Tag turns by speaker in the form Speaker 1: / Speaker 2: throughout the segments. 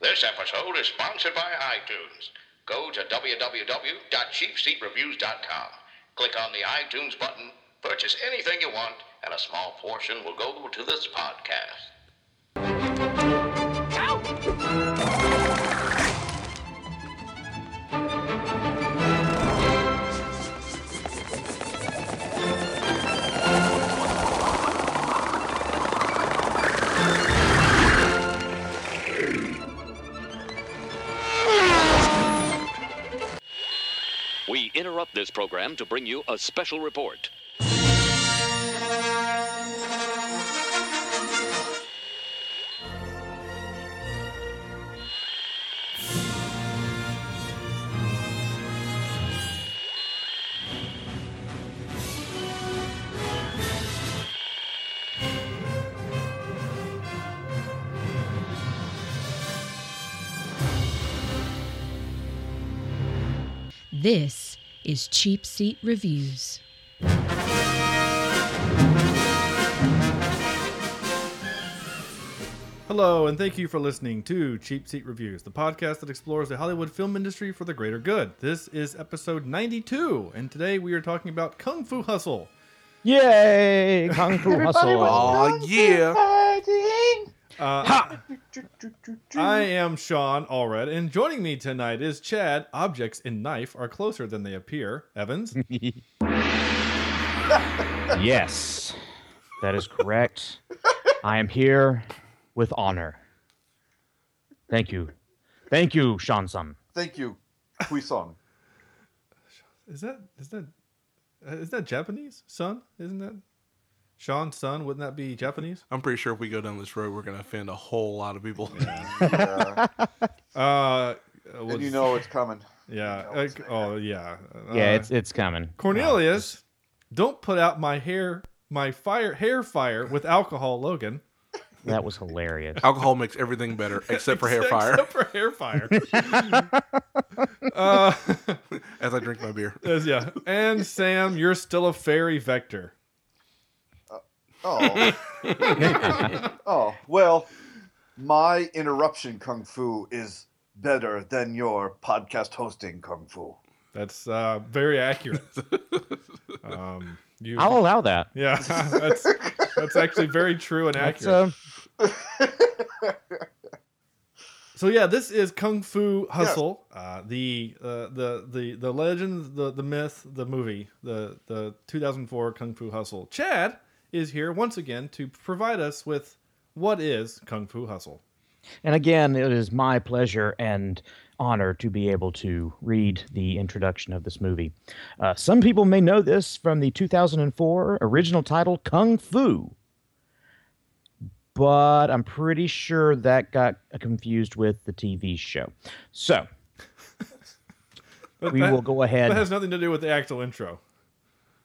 Speaker 1: This episode is sponsored by iTunes. Go to www.cheapseatreviews.com. Click on the iTunes button, purchase anything you want, and a small portion will go to this podcast.
Speaker 2: We interrupt this program to bring you a special report.
Speaker 3: This is Cheap Seat Reviews.
Speaker 4: Hello, and thank you for listening to Cheap Seat Reviews, the podcast that explores the Hollywood film industry for the greater good. This is episode 92, and today we are talking about Kung Fu Hustle.
Speaker 5: Yay! Kung Fu Hustle.
Speaker 6: Aw, yeah.
Speaker 4: Uh, I am Sean Allred, and joining me tonight is Chad. Objects in Knife are closer than they appear. Evans.
Speaker 5: Yes, that is correct. I am here with honor. Thank you. Thank you, Shansum.
Speaker 6: Thank you, Puissong.
Speaker 4: Is that is that uh, is that Japanese? Son, isn't that Sean's son? Wouldn't that be Japanese?
Speaker 7: I'm pretty sure if we go down this road, we're going to offend a whole lot of people.
Speaker 6: Yeah.
Speaker 4: Uh, well,
Speaker 6: and you know it's coming.
Speaker 4: yeah.
Speaker 6: you know it's
Speaker 4: uh, oh, yeah. Uh,
Speaker 5: Yeah, it's it's coming.
Speaker 4: Cornelius, don't put out my hair, my fire, hair fire with alcohol, Logan.
Speaker 5: That was hilarious.
Speaker 7: Alcohol makes everything better, except for hair fire,
Speaker 4: Except for hair fire. uh,
Speaker 7: as I drink my beer.
Speaker 4: yeah. And Sam, you're still a fairy vector.
Speaker 6: Oh. oh, well, my interruption kung fu is better than your podcast hosting kung fu. Oh,
Speaker 4: That's uh, very accurate. Um, you,
Speaker 5: I'll allow that.
Speaker 4: yeah, that's that's actually very true and
Speaker 5: That's,
Speaker 4: accurate.
Speaker 5: uh,
Speaker 4: So yeah, this is Kung Fu Hustle, uh, the uh, the the the legend, the the myth, the movie, the the 2004 Kung Fu Hustle. Chad is here once again to provide us with what is Kung Fu Hustle.
Speaker 5: and again, it is my pleasure and honor to be able to read the introduction of this movie. Uh, some people may know this from the 2004 original title Kung Fu, but I'm pretty sure that got confused with the TV show. So
Speaker 4: But
Speaker 5: we
Speaker 4: that,
Speaker 5: will go ahead.
Speaker 4: That has nothing to do with the actual intro.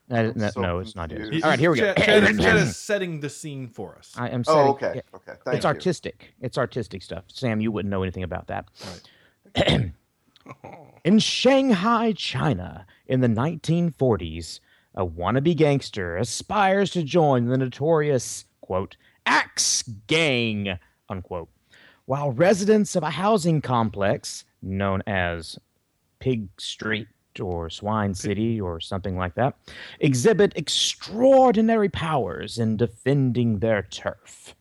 Speaker 5: I didn't- no,
Speaker 6: so
Speaker 5: it's not. it.
Speaker 6: confused.
Speaker 5: All right, here we go. Uh,
Speaker 4: Chad, Chad is, Chad is setting the scene for us.
Speaker 5: I am sorry.
Speaker 6: Oh, okay. Okay. Thank
Speaker 5: it's
Speaker 6: you.
Speaker 5: artistic. It's artistic stuff. Sam, you wouldn't know anything about that. in Shanghai, China, in the 1940s, a wannabe gangster aspires to join the notorious, quote, Axe Gang, unquote, while residents of a housing complex known as Pig Street or Swine City or something like that exhibit extraordinary powers in defending their turf.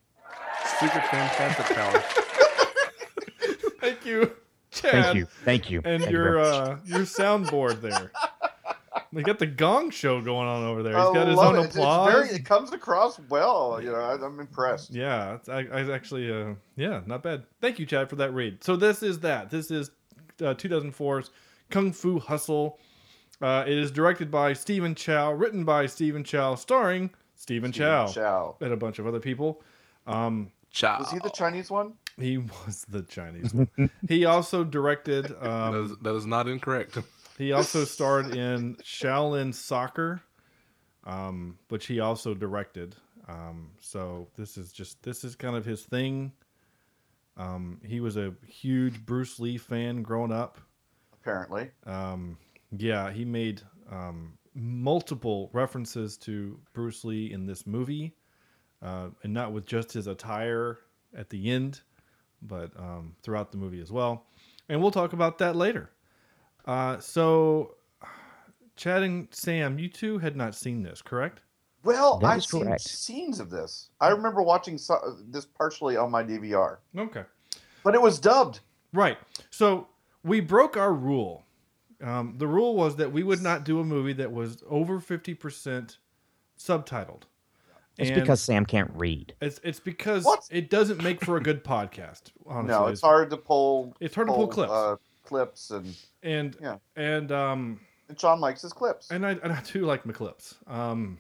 Speaker 7: Super fantastic power.
Speaker 4: Thank you, Chad.
Speaker 5: Thank you. Thank you.
Speaker 4: And
Speaker 5: Thank you very
Speaker 4: your
Speaker 5: much.
Speaker 4: uh, your soundboard there. They got the gong show going on over there. He's
Speaker 6: I
Speaker 4: got his
Speaker 6: love
Speaker 4: own
Speaker 6: it. It's- it's
Speaker 4: applause.
Speaker 6: very- it comes across well. You know, I, I'm impressed.
Speaker 4: Yeah, it's, I, I actually, uh, yeah, not bad. Thank you, Chad, for that read. So this is that. This is uh, 2004's Kung Fu Hustle. Uh, it is directed by Stephen Chow, written by Stephen Chow, starring Stephen, Chow,
Speaker 6: Chow.
Speaker 4: and a bunch of other people. Um,
Speaker 7: Ciao.
Speaker 6: Was he the Chinese one?
Speaker 4: he was the Chinese. one. he also directed.
Speaker 7: that,
Speaker 4: Um,
Speaker 7: is, that is not incorrect.
Speaker 4: he also starred in Shaolin Soccer, um, which he also directed. Um, so this is just this is kind of his thing. Um, he was a huge Bruce Lee fan growing up.
Speaker 6: Apparently.
Speaker 4: Um, yeah, he made um, multiple references to Bruce Lee in this movie, uh, and not with just his attire at the end, but um, throughout the movie as well. And we'll talk about that later. Uh, so, Chad and Sam, you two had not seen this, correct?
Speaker 6: Well,
Speaker 5: That
Speaker 6: I've
Speaker 5: is
Speaker 6: seen
Speaker 5: correct.
Speaker 6: scenes of this. I remember watching so- this partially on my DVR,
Speaker 4: Okay.
Speaker 6: but it was dubbed.
Speaker 4: Right. So we broke our rule. Um, the rule was that we would not do a movie that was over fifty percent subtitled.
Speaker 5: It's
Speaker 4: And
Speaker 5: because Sam can't read.
Speaker 4: it's it's because
Speaker 6: What?
Speaker 4: it doesn't make for a good podcast. Honestly,
Speaker 6: no, it's hard to pull.
Speaker 4: It's hard to pull clips.
Speaker 6: Uh, clips and,
Speaker 4: And
Speaker 6: Yeah.
Speaker 4: and um
Speaker 6: and Sean likes his clips.
Speaker 4: and I and I do like McClips. Um,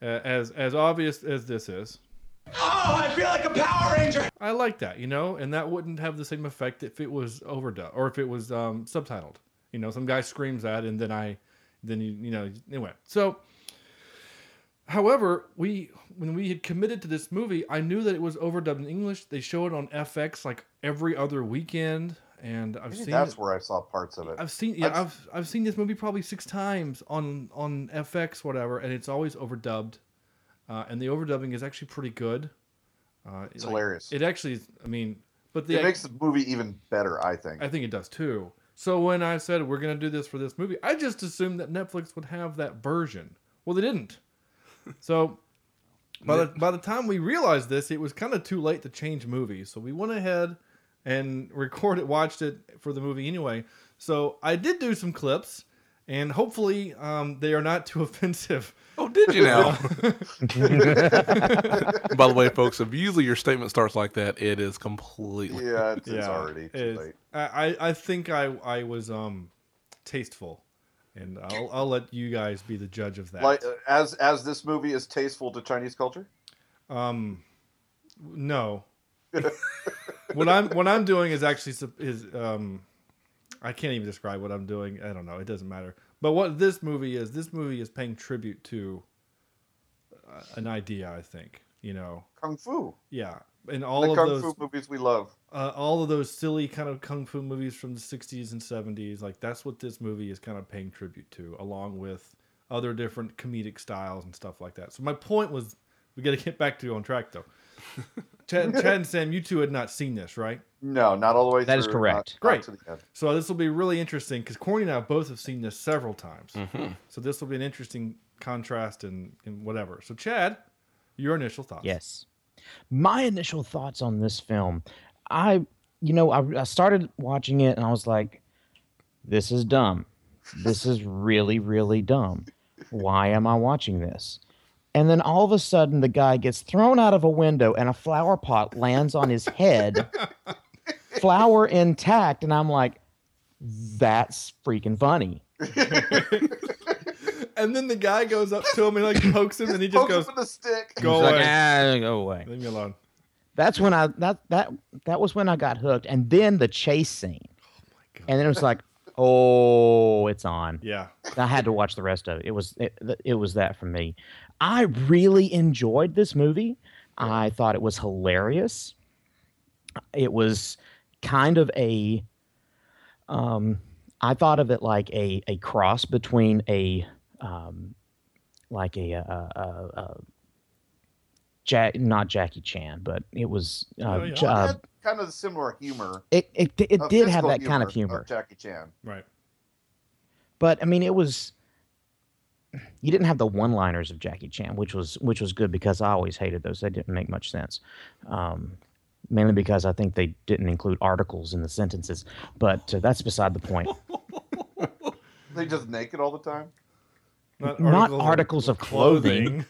Speaker 4: a- as as obvious as this is, I like that, you know, and that wouldn't have the same effect if it was overdone or if it was um, subtitled. You know, some guy screams that, and then I, then you, you know, anyway. So, however, we when we had committed to this movie, I knew that it was overdubbed in English. They show it on FX like every other weekend, and I've
Speaker 6: Maybe
Speaker 4: seen
Speaker 6: that's
Speaker 4: it-
Speaker 6: where I saw parts of it.
Speaker 4: I've seen yeah,
Speaker 6: I've-
Speaker 4: I've I've seen this movie probably six times on on FX whatever, and it's always overdubbed, uh, and the overdubbing is actually pretty good. Uh,
Speaker 6: it's
Speaker 4: like,
Speaker 6: hilarious.
Speaker 4: It actually, is, I mean, but the
Speaker 6: it makes the movie even better, I think.
Speaker 4: I think it does too. So when I said we're gonna do this for this movie, I just assumed that Netflix would have that version. Well, they didn't. So by the by the time we realized this, it was kind of too late to change movies. So we went ahead and recorded, watched it for the movie anyway. So I did do some clips, and hopefully um, they are not too offensive.
Speaker 7: Oh, did you now? By the way, folks, if usually your statement starts like that, it is completely.
Speaker 6: yeah, it's, it's already too
Speaker 4: it's-
Speaker 6: late.
Speaker 4: I, I I think I I was um tasteful, and I'll I'll let you guys be the judge of that.
Speaker 6: Like uh, as as this movie is tasteful to Chinese culture.
Speaker 4: Um, no. what I'm what I'm doing is actually sup- is um, I can't even describe what I'm doing. I don't know. It doesn't matter. But what this movie is, this movie is paying tribute to uh, an idea. I think you know.
Speaker 6: Kung Fu.
Speaker 4: Yeah, and all
Speaker 6: the
Speaker 4: of
Speaker 6: Kung
Speaker 4: those
Speaker 6: Fu movies we love.
Speaker 4: uh, all of those silly kind of kung fu movies from the 60s and 70s like that's what this movie is kind of paying tribute to along with other different comedic styles and stuff like that so my point was we got to get back to on track though chad, chad and sam you two had not seen this right
Speaker 6: No, not all the way
Speaker 5: That
Speaker 6: through.
Speaker 5: is correct.
Speaker 6: not- not
Speaker 4: Great.
Speaker 6: to the end.
Speaker 4: so this will be really interesting because corny and i both have seen this several times
Speaker 7: Mhm.
Speaker 4: so this will be an interesting contrast and, and whatever so chad your initial thoughts
Speaker 5: Yes. My initial thoughts on this film, I, you know, I, I started watching it and I was like, this is dumb. This is really, really dumb. Why am I watching this? And then all of a sudden, the guy gets thrown out of a window and a flower pot lands on his head, flower intact. And I'm like, that's freaking funny.
Speaker 4: and then the guy goes up to him and like pokes him and he just
Speaker 6: Poke him
Speaker 4: goes
Speaker 6: with a stick.
Speaker 4: go
Speaker 5: It's like,
Speaker 4: away
Speaker 5: "Ah, go away.
Speaker 4: leave me alone
Speaker 5: that's when I that that that was when I got hooked. And then the chase scene.
Speaker 4: God.
Speaker 5: And then it was like, oh, it's on.
Speaker 4: yeah
Speaker 5: I had to watch the rest of it. It was it, it was that for me. I really enjoyed this movie. I thought it was hilarious. It was kind of a um I thought of it like a a cross between a um like a uh, uh, uh, Jack not Jackie Chan, but it was uh,
Speaker 4: Oh, yeah.
Speaker 5: J-
Speaker 6: Well, Oh,
Speaker 5: uh,
Speaker 6: it had kind of the similar humor.
Speaker 5: it it, it
Speaker 6: of
Speaker 5: did have
Speaker 6: physical
Speaker 5: that kind of humor.
Speaker 6: of Jackie Chan.
Speaker 4: right
Speaker 5: but I mean, it was. You didn't have the one-liners of Jackie Chan, which was which was good because I always hated those. They didn't make much sense, um, mainly because I think they didn't include articles in the sentences. But uh, that's beside the point.
Speaker 6: They just naked all the time.
Speaker 4: Not
Speaker 5: Not articles of clothing.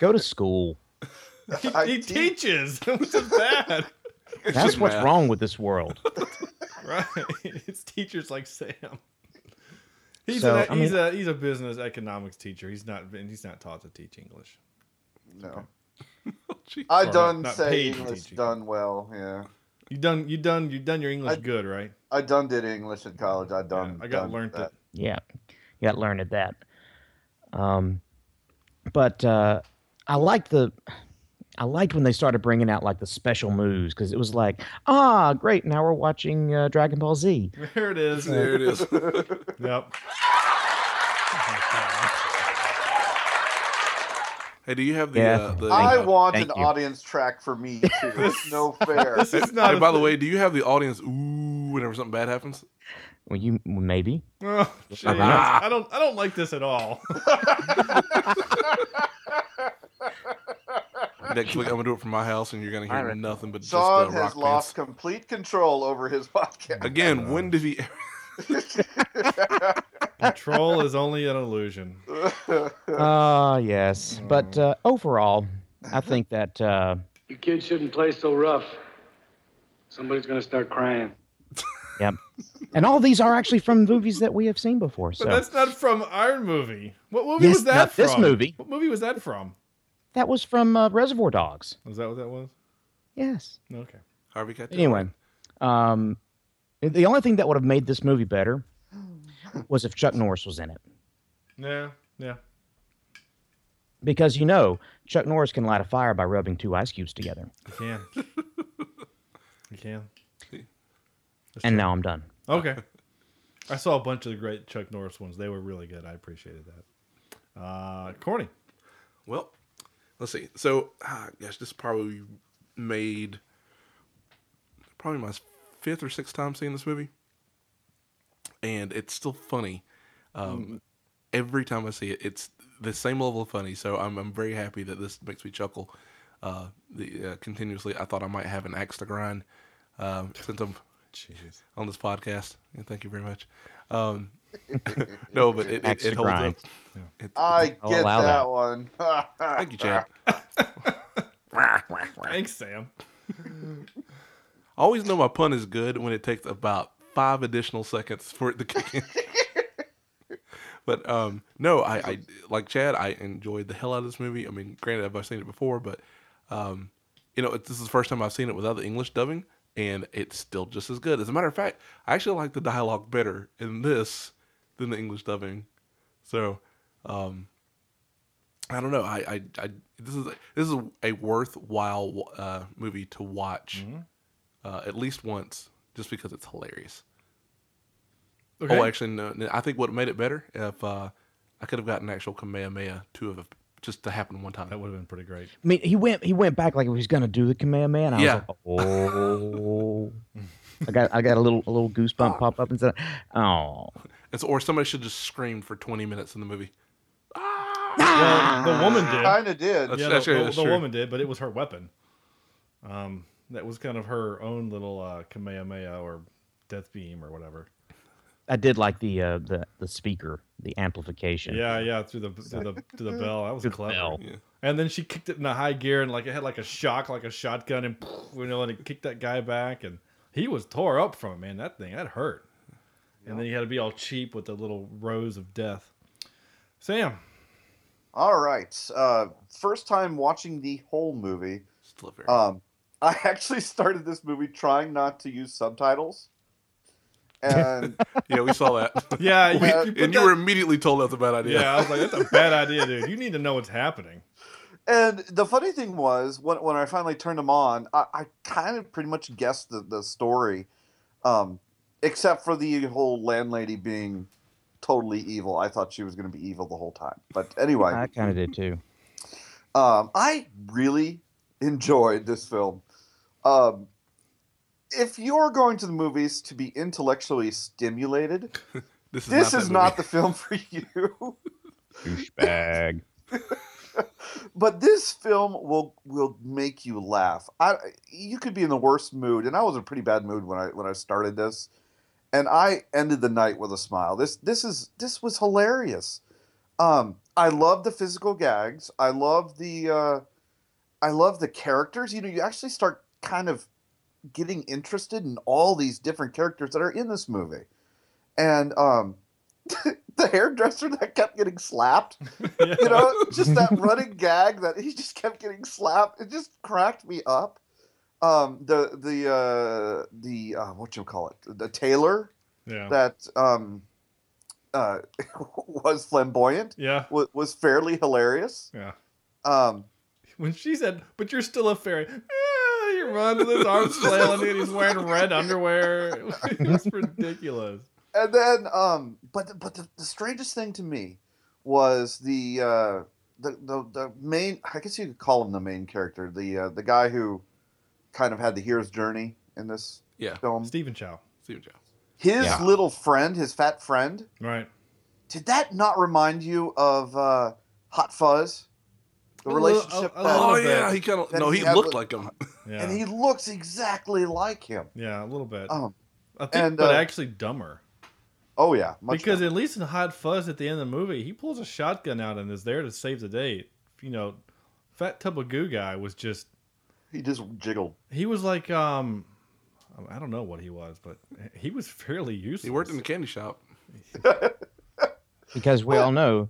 Speaker 5: Go to school.
Speaker 6: I
Speaker 4: he
Speaker 6: teach-
Speaker 4: teaches. Which is bad.
Speaker 5: That's what's
Speaker 7: math.
Speaker 5: wrong with this world.
Speaker 4: right. It's teachers like Sam. He's,
Speaker 5: So,
Speaker 4: an,
Speaker 5: I mean-
Speaker 4: he's a he's a business economics teacher. He's not been he's not taught to teach English.
Speaker 6: No.
Speaker 7: Gee.
Speaker 6: I
Speaker 4: Or
Speaker 6: done
Speaker 4: not
Speaker 6: say
Speaker 4: paid
Speaker 6: English
Speaker 4: teaching.
Speaker 6: done well. Yeah.
Speaker 4: You done you done you done your English
Speaker 6: I-
Speaker 4: good, right?
Speaker 6: I done did English in college. I done.
Speaker 4: I got
Speaker 6: done
Speaker 4: learned
Speaker 6: that.
Speaker 4: it.
Speaker 5: Yeah, you got learned at that. Um, but uh, I liked the, I liked when they started bringing out like the special moves because it was like, ah, great, now we're watching uh, Dragon Ball Z.
Speaker 4: There it is.
Speaker 7: There it is.
Speaker 4: Yep.
Speaker 7: Hey, do you have the?
Speaker 5: Yeah.
Speaker 7: Uh, the
Speaker 6: I
Speaker 7: uh,
Speaker 6: want
Speaker 5: Thank
Speaker 6: an
Speaker 5: you.
Speaker 6: audience track for me too. It's no fair.
Speaker 4: This is not.
Speaker 7: Hey,
Speaker 4: a
Speaker 7: by the
Speaker 4: thing.
Speaker 7: way, do you have the audience? Ooh, whenever something bad happens.
Speaker 5: Well, you maybe.
Speaker 4: Oh, jeez.
Speaker 5: Uh-huh.
Speaker 4: I don't. I don't like this at all.
Speaker 7: Next week, I'm gonna do it from my house, and you're gonna hear
Speaker 5: Alright.
Speaker 7: nothing but just uh,
Speaker 6: Sean
Speaker 7: rock
Speaker 6: has
Speaker 7: bands.
Speaker 6: lost complete control over his podcast.
Speaker 7: Again, when did he?
Speaker 4: Control is only an illusion.
Speaker 5: Ah, yes. But uh, overall, I think that uh,
Speaker 8: You kids shouldn't play so rough. Somebody's gonna start crying.
Speaker 5: yep. And all these are actually from movies that we have seen before.
Speaker 4: But
Speaker 5: So
Speaker 4: that's not from Iron Movie. What movie
Speaker 5: Yes,
Speaker 4: was that
Speaker 5: not this
Speaker 4: from?
Speaker 5: movie.
Speaker 4: What movie was that from?
Speaker 5: that was from uh, Reservoir Dogs.
Speaker 4: Was that what that was?
Speaker 5: Yes.
Speaker 4: Okay.
Speaker 7: Harvey Keitel.
Speaker 5: Anyway, um, the only thing that would have made this movie better was if Chuck Norris was in it,
Speaker 4: Yeah. Yeah.
Speaker 5: because you know Chuck Norris can light a fire by rubbing two ice cubes together.
Speaker 4: You can. you can.
Speaker 5: And now I'm done.
Speaker 4: Okay. I saw a bunch of the great Chuck Norris ones. They were really good. I appreciated that. Uh, corny.
Speaker 7: Well, let's see. So, ah, gosh, this probably made probably my fifth or sixth time seeing this movie, and it's still funny.
Speaker 5: Mm.
Speaker 7: Um, Every time I see it, it's the same level of funny. So I'm I'm very happy that this makes me chuckle. Uh, the uh, continuously, I thought I might have an axe to grind um, since I'm
Speaker 4: Jeez.
Speaker 7: on this podcast. And thank you very much. Um, no, but it, it,
Speaker 5: Axe
Speaker 7: it
Speaker 5: to
Speaker 7: holds
Speaker 5: grind.
Speaker 7: up. It-
Speaker 6: I
Speaker 5: I'll
Speaker 6: get
Speaker 5: allow
Speaker 6: that,
Speaker 5: that.
Speaker 6: one.
Speaker 7: thank you, Chad.
Speaker 4: Thanks, Sam.
Speaker 7: I always know my pun is good when it takes about five additional seconds for it to kick in. but um, no, I, I like Chad. I enjoyed the hell out of this movie. I mean, granted, I've seen it before, but um, you know, it, this is the first time I've seen it without the English dubbing, and it's still just as good. As a matter of fact, I actually like the dialogue better in this than the English dubbing. So, um, I don't know. I, I, I this is this is a worthwhile uh, movie to watch uh, at least once, just because it's hilarious.
Speaker 4: Okay.
Speaker 7: Oh, actually, no, no, I think what made it better if uh, I could have gotten actual Kamehameha two of it just to happen one time.
Speaker 4: that would have been pretty great.
Speaker 5: I mean, he went he went back like he was gonna do the command man. I
Speaker 7: Yeah.
Speaker 5: was like, oh, I got I got a little a little goosebump pop up and said, oh,
Speaker 7: And so, or somebody should just scream for twenty minutes in the movie.
Speaker 4: Well, the woman did.
Speaker 6: kind of did.
Speaker 7: That's-
Speaker 4: yeah,
Speaker 7: that's
Speaker 4: the,
Speaker 7: true,
Speaker 4: the-
Speaker 7: that's
Speaker 4: the
Speaker 7: true.
Speaker 4: woman did, but it was her weapon. Um, that was kind of her own little uh, Kamehameha or death beam or whatever.
Speaker 5: I did like the uh, the the speaker, the amplification.
Speaker 4: Yeah, yeah, through the through the through the bell. That was
Speaker 5: Through the
Speaker 4: clever.
Speaker 5: bell.
Speaker 7: Yeah.
Speaker 4: And then she kicked it in a high gear and like it had like a shock, like a shotgun, and you know, and it kicked that guy back, and he was tore up from it, man. That thing that hurt. And then he had to be all cheap with the little rose of death. Sam,
Speaker 6: All right. Uh, first time watching the whole movie.
Speaker 7: Still very.
Speaker 6: Um, I actually started this movie trying not to use subtitles, and
Speaker 7: yeah, we saw that.
Speaker 4: yeah,
Speaker 6: We-
Speaker 4: you, you put
Speaker 7: and you
Speaker 4: that-
Speaker 7: were immediately told that's a bad idea.
Speaker 4: yeah, I was like, that's a bad idea, dude. You need to know what's happening.
Speaker 6: and the funny thing was when when I finally turned them on, I, I kind of pretty much guessed the the story, um, except for the whole landlady being totally evil. I thought she was going to be evil the whole time. But anyway,
Speaker 5: I kind of did too.
Speaker 6: Um, I really enjoyed this film. Um, if you're going to the movies to be intellectually stimulated,
Speaker 7: This is
Speaker 6: this
Speaker 7: not
Speaker 6: is
Speaker 7: that
Speaker 6: not
Speaker 7: movie.
Speaker 6: the film for you.
Speaker 5: Douchebag.
Speaker 6: but this film will will make you laugh. I you could be in the worst mood, and I was in a pretty bad mood when I when I started this, and I ended the night with a smile. This this is this was hilarious. Um, I love the physical gags. I love the uh, I love the characters. You know, you actually start kind of getting interested in all these different characters that are in this movie, and um, the hairdresser that kept getting slapped
Speaker 4: Yeah.
Speaker 6: you know, just that running gag that he just kept getting slapped. It just cracked me up. Um, the the uh, the uh, what you call it, the tailor
Speaker 4: yeah.
Speaker 6: that um, uh, was flamboyant
Speaker 4: yeah.
Speaker 6: was, was fairly hilarious.
Speaker 4: Yeah.
Speaker 6: Um,
Speaker 4: When she said, "But you're still a fairy," ah, you run with his arms flailing, and he's wearing red underwear. It was- It was ridiculous.
Speaker 6: and then um, but but the, the strangest thing to me was the uh, the, the the main I guess you could call him the main character, the uh, the guy who kind of had the hero's journey in this
Speaker 7: Yeah.
Speaker 6: film.
Speaker 4: Stephen Chow.
Speaker 7: Stephen Chow.
Speaker 6: His
Speaker 5: Yeah.
Speaker 6: little friend, his fat friend,
Speaker 4: Right.
Speaker 6: did that not remind you of uh, Hot Fuzz? The
Speaker 4: A little-
Speaker 6: relationship.
Speaker 4: a- a
Speaker 6: that-
Speaker 4: little
Speaker 7: Oh
Speaker 4: bit.
Speaker 7: yeah, he kind of
Speaker 6: Then
Speaker 7: no,
Speaker 6: he
Speaker 7: he
Speaker 6: had
Speaker 7: looked
Speaker 6: the-
Speaker 7: like him.
Speaker 4: Yeah.
Speaker 6: and he looks exactly like him.
Speaker 4: yeah, a little bit.
Speaker 6: Um,
Speaker 4: I think,
Speaker 6: and,
Speaker 4: but
Speaker 6: uh,
Speaker 4: actually dumber.
Speaker 6: oh yeah, much
Speaker 4: because
Speaker 6: better.
Speaker 4: at least in Hot Fuzz at the end of the movie, he pulls a shotgun out and is there to save the day. You know, Fat Tub of Goo guy was just
Speaker 6: he just jiggled.
Speaker 4: he was like um I don't know what he was, but he was fairly useless.
Speaker 7: He worked in the candy shop.
Speaker 5: Because we all know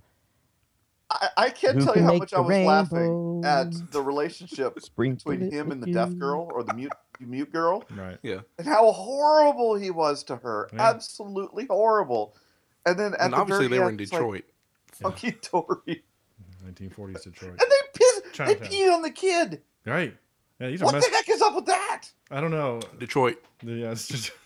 Speaker 6: I, I can't
Speaker 5: Who
Speaker 6: tell you
Speaker 5: can
Speaker 6: how
Speaker 5: make
Speaker 6: much
Speaker 5: the
Speaker 6: I was laughing
Speaker 5: rainbow
Speaker 6: at the relationship
Speaker 5: sprinkle
Speaker 6: between
Speaker 5: it
Speaker 6: him and the
Speaker 5: with
Speaker 6: deaf
Speaker 5: you.
Speaker 6: girl or the mute mute girl,
Speaker 4: right.
Speaker 7: Yeah,
Speaker 6: and how horrible he was to her.
Speaker 4: Yeah.
Speaker 6: Absolutely horrible. And then at
Speaker 7: and
Speaker 6: the
Speaker 7: obviously
Speaker 6: very
Speaker 7: they were in
Speaker 6: end, it's like,
Speaker 7: Detroit.
Speaker 6: Funky Dory,
Speaker 4: 1940s Detroit.
Speaker 6: and they piss. They
Speaker 4: Chinatown.
Speaker 6: peed on the kid.
Speaker 4: right. Yeah, these are
Speaker 6: What
Speaker 4: mess-
Speaker 6: the heck is up with that?
Speaker 4: I don't know.
Speaker 7: Detroit.
Speaker 4: Yeah, it's just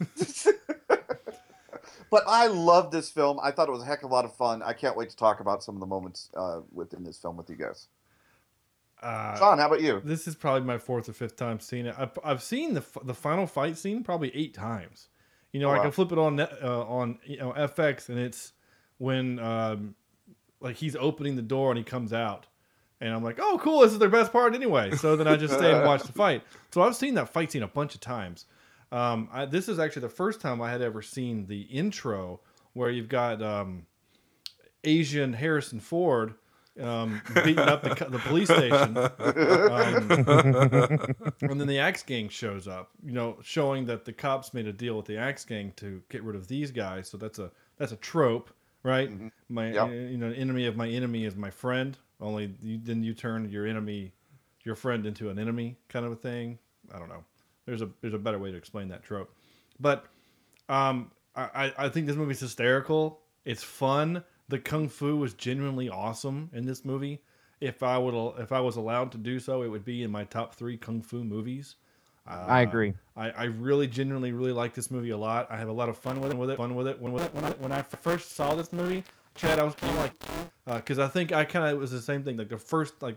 Speaker 6: But I love this film. I thought it was a heck of a lot of fun. I can't wait to talk about some of the moments uh, within this film with you guys.
Speaker 4: uh,
Speaker 6: Sean, how about you?
Speaker 4: This is probably my fourth or fifth time seeing it. I've, I've seen the f- the final fight scene probably eight times. You know, I
Speaker 6: Wow.
Speaker 4: can flip it on net- uh, on you know FX, and it's when um, like he's opening the door and he comes out, and I'm like, oh, cool, this is their best part anyway. So then I just stay and watch the fight. So I've seen that fight scene a bunch of times. Um, I, this is actually the first time I had ever seen the intro where you've got um, Asian Harrison Ford um, beating up the, co- the police station. Um, and then the Axe Gang shows up, you know, showing that the cops made a deal with the Axe Gang to get rid of these guys. So that's a that's a trope, right? My
Speaker 6: Yeah.
Speaker 4: you know, enemy of my enemy is my friend. Only you, then you turn your enemy, your friend into an enemy, kind of a thing. I don't know. There's a there's a better way to explain that trope, but um, I, I I think this movie's hysterical. It's fun. The kung fu was genuinely awesome in this movie. If I would, if I was allowed to do so, it would be in my top three kung fu movies. Uh,
Speaker 5: I agree.
Speaker 4: I, I really genuinely really like this movie a lot. I have a lot of fun with it. With it, fun with it. When with it, when I, when I first saw this movie, Chad, I was kind of like, because Uh, I think I kind of it was the same thing. Like the first, like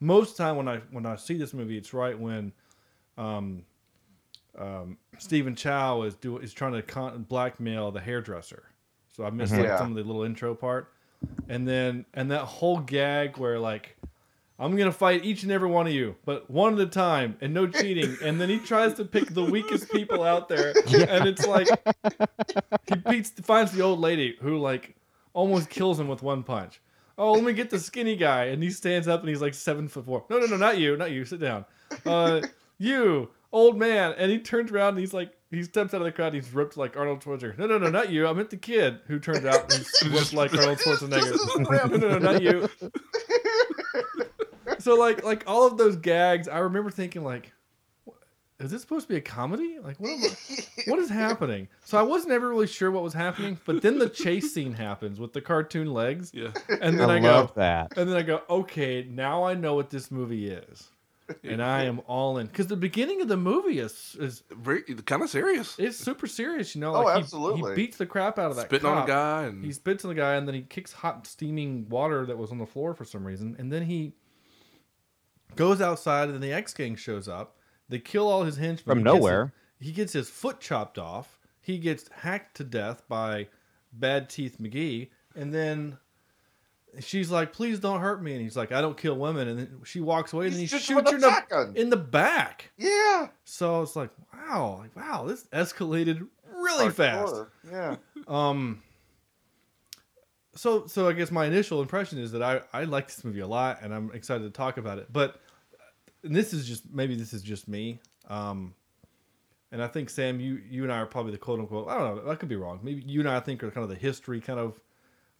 Speaker 4: most time when I when I see this movie, it's right when, um, um, Stephen Chow is do is trying to con- blackmail the hairdresser. So I missed like
Speaker 6: Yeah.
Speaker 4: some of the little intro part, and then and that whole gag where like I'm gonna fight each and every one of you, but one at a time and no cheating. And then he tries to pick the weakest people out there, and it's like he beats finds the old lady who like almost kills him with one punch. Oh, let me get the skinny guy, and he stands up and he's like seven foot four. No, no, no, not you, not you. Sit down. Uh, you, old man, and he turns around and he's like he steps out of the crowd. And he's ripped like Arnold Schwarzenegger. No, no, no, not you. I meant the kid who turned out he's ripped like Arnold Schwarzenegger. no, no, no, not you so like like all of those gags i remember thinking like "What- is this supposed to be a comedy like what, am I- what is happening so i wasn't ever really sure what was happening but then the chase scene happens with the cartoon legs
Speaker 7: Yeah,
Speaker 4: and then i,
Speaker 5: I
Speaker 4: go
Speaker 5: love that.
Speaker 4: and then i go okay now i know what this movie is and i am all in because the beginning of the movie is is
Speaker 7: very kind of serious.
Speaker 4: it's super serious you know
Speaker 6: Oh,
Speaker 4: like he- he,
Speaker 6: absolutely.
Speaker 4: beats the crap out of that
Speaker 7: Spitting on a
Speaker 4: cop.
Speaker 7: guy and
Speaker 5: Mm.
Speaker 4: He spits on the guy and then he kicks hot steaming water that was on the floor for some reason. And then he goes outside and then the X Gang shows up. They kill all his henchmen.
Speaker 5: From
Speaker 4: He gets
Speaker 5: nowhere.
Speaker 4: his- he gets his foot chopped off. He gets hacked to death by Bad Teeth McGee. And then she's like, please don't hurt me. And he's like, I don't kill women. And then she walks away and then he
Speaker 6: He's just
Speaker 4: shoots
Speaker 6: with
Speaker 4: her
Speaker 6: a
Speaker 4: in the,
Speaker 6: shotgun.
Speaker 4: in the back.
Speaker 6: Yeah,
Speaker 4: So it's like, wow, like, wow, this escalated really fast.
Speaker 6: Hardcore. Yeah,
Speaker 4: Um. So, so I guess my initial impression is that I I like this movie a lot, and I'm excited to talk about it. But and this is just maybe this is just me. Um, and I think Sam, you you and I are probably the quote unquote. I don't know. I could be wrong. Maybe you and I think are kind of the history kind of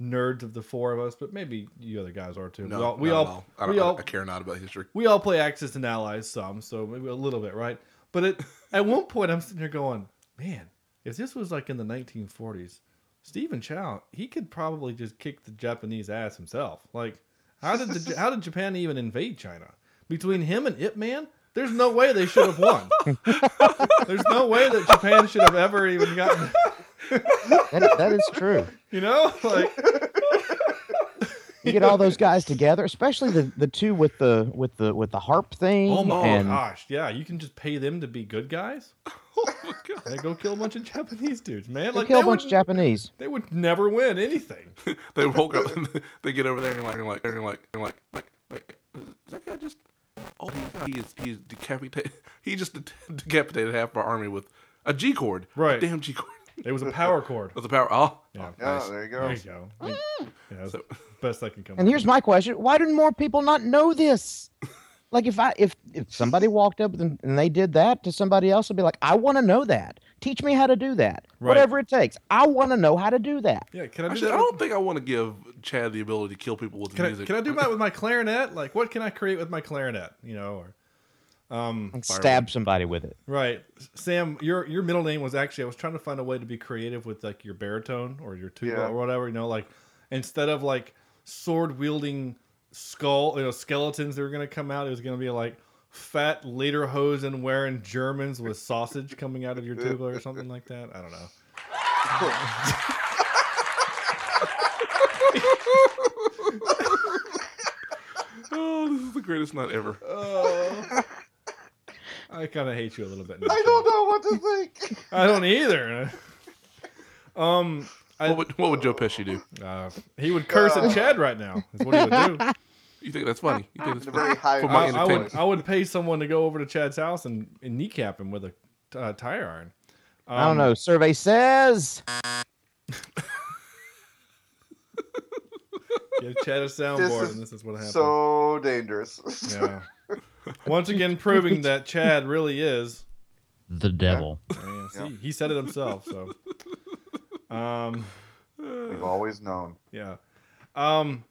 Speaker 4: nerds of the four of us, but maybe you other guys are too.
Speaker 7: no,
Speaker 4: we all we
Speaker 7: not at
Speaker 4: all,
Speaker 7: all. I, don't,
Speaker 4: we all
Speaker 7: I care not about history.
Speaker 4: we all play Axis and Allies some, so maybe a little bit, right? But it, at one point, I'm sitting there going, man, if this was like in the 1940s, Stephen Chow, he could probably just kick the Japanese ass himself. Like, how did the, how did Japan even invade China? Between him and Ip Man, there's no way they should have won. there's no way that Japan should have ever even gotten,
Speaker 5: That, that is true.
Speaker 4: you know, like
Speaker 5: You get all those guys together, especially the, the two with the with the with the harp thing.
Speaker 4: Oh my
Speaker 5: and
Speaker 4: gosh! Yeah, you can just pay them to be good guys. Oh They go kill a bunch of Japanese dudes, man.
Speaker 5: They
Speaker 4: Like
Speaker 5: kill a
Speaker 4: they
Speaker 5: bunch
Speaker 4: would,
Speaker 5: of Japanese.
Speaker 4: they would never win anything.
Speaker 7: they woke up and they get over there and like and like and like and like like like that guy just oh he, he is he is decapitated he just de- decapitated half our army with a G cord
Speaker 4: Right.
Speaker 7: a damn G cord
Speaker 4: It was a power chord.
Speaker 7: with the power oh
Speaker 4: Yeah.
Speaker 6: Yeah,
Speaker 7: Nice.
Speaker 6: there you
Speaker 4: There
Speaker 6: go.
Speaker 4: you go. I mean, yeah, that's
Speaker 7: So-
Speaker 4: the best I can come.
Speaker 5: And
Speaker 4: up
Speaker 5: here's
Speaker 4: with.
Speaker 5: my question: Why didn't more people not know this? Like if I if if somebody walked up and, and they did that to somebody else, would be like, I want to know that. Teach me how to do that.
Speaker 4: Right.
Speaker 5: Whatever it takes. I want to know how to do that.
Speaker 4: Yeah, can I do
Speaker 7: actually
Speaker 4: that?
Speaker 7: I
Speaker 4: with-
Speaker 7: don't think I want to give Chad the ability to kill people with
Speaker 4: can I,
Speaker 7: music
Speaker 4: can I do that with my clarinet? Like, what can I create with my clarinet? You know, or um,
Speaker 5: And stab somebody with it.
Speaker 4: right, Sam, your your middle name was actually I was trying to find a way to be creative with like your baritone or your tuba
Speaker 6: Yeah.
Speaker 4: or whatever. You know, like instead of like sword wielding skull, you know, skeletons that were gonna come out, it was gonna be like fat lederhosen wearing Germans with sausage coming out of your tuba or something like that. I don't know.
Speaker 7: oh this is the greatest night ever
Speaker 6: Uh,
Speaker 4: I kind of hate you a little bit. Now,
Speaker 6: I don't know what to think.
Speaker 4: I don't either. um, I,
Speaker 7: what would what would Joe Pesci do
Speaker 4: uh, he would curse at Chad right now. Is what he would do.
Speaker 7: you think that's funny you think
Speaker 6: It's a
Speaker 7: that's
Speaker 6: very
Speaker 7: funny
Speaker 6: high.
Speaker 7: For
Speaker 4: I,
Speaker 7: my
Speaker 4: I would
Speaker 7: entertainment.
Speaker 4: I would pay someone to go over to Chad's house and, and kneecap him with a uh, tire iron. Um,
Speaker 5: I don't know. Survey says
Speaker 4: Give Chad a soundboard,
Speaker 6: is
Speaker 4: and this is what happens.
Speaker 6: so dangerous.
Speaker 4: yeah. Once again, proving that Chad really is.
Speaker 5: the devil.
Speaker 4: Yeah, see, He said it himself. So. Um.
Speaker 6: We've always known.
Speaker 4: Yeah. Um.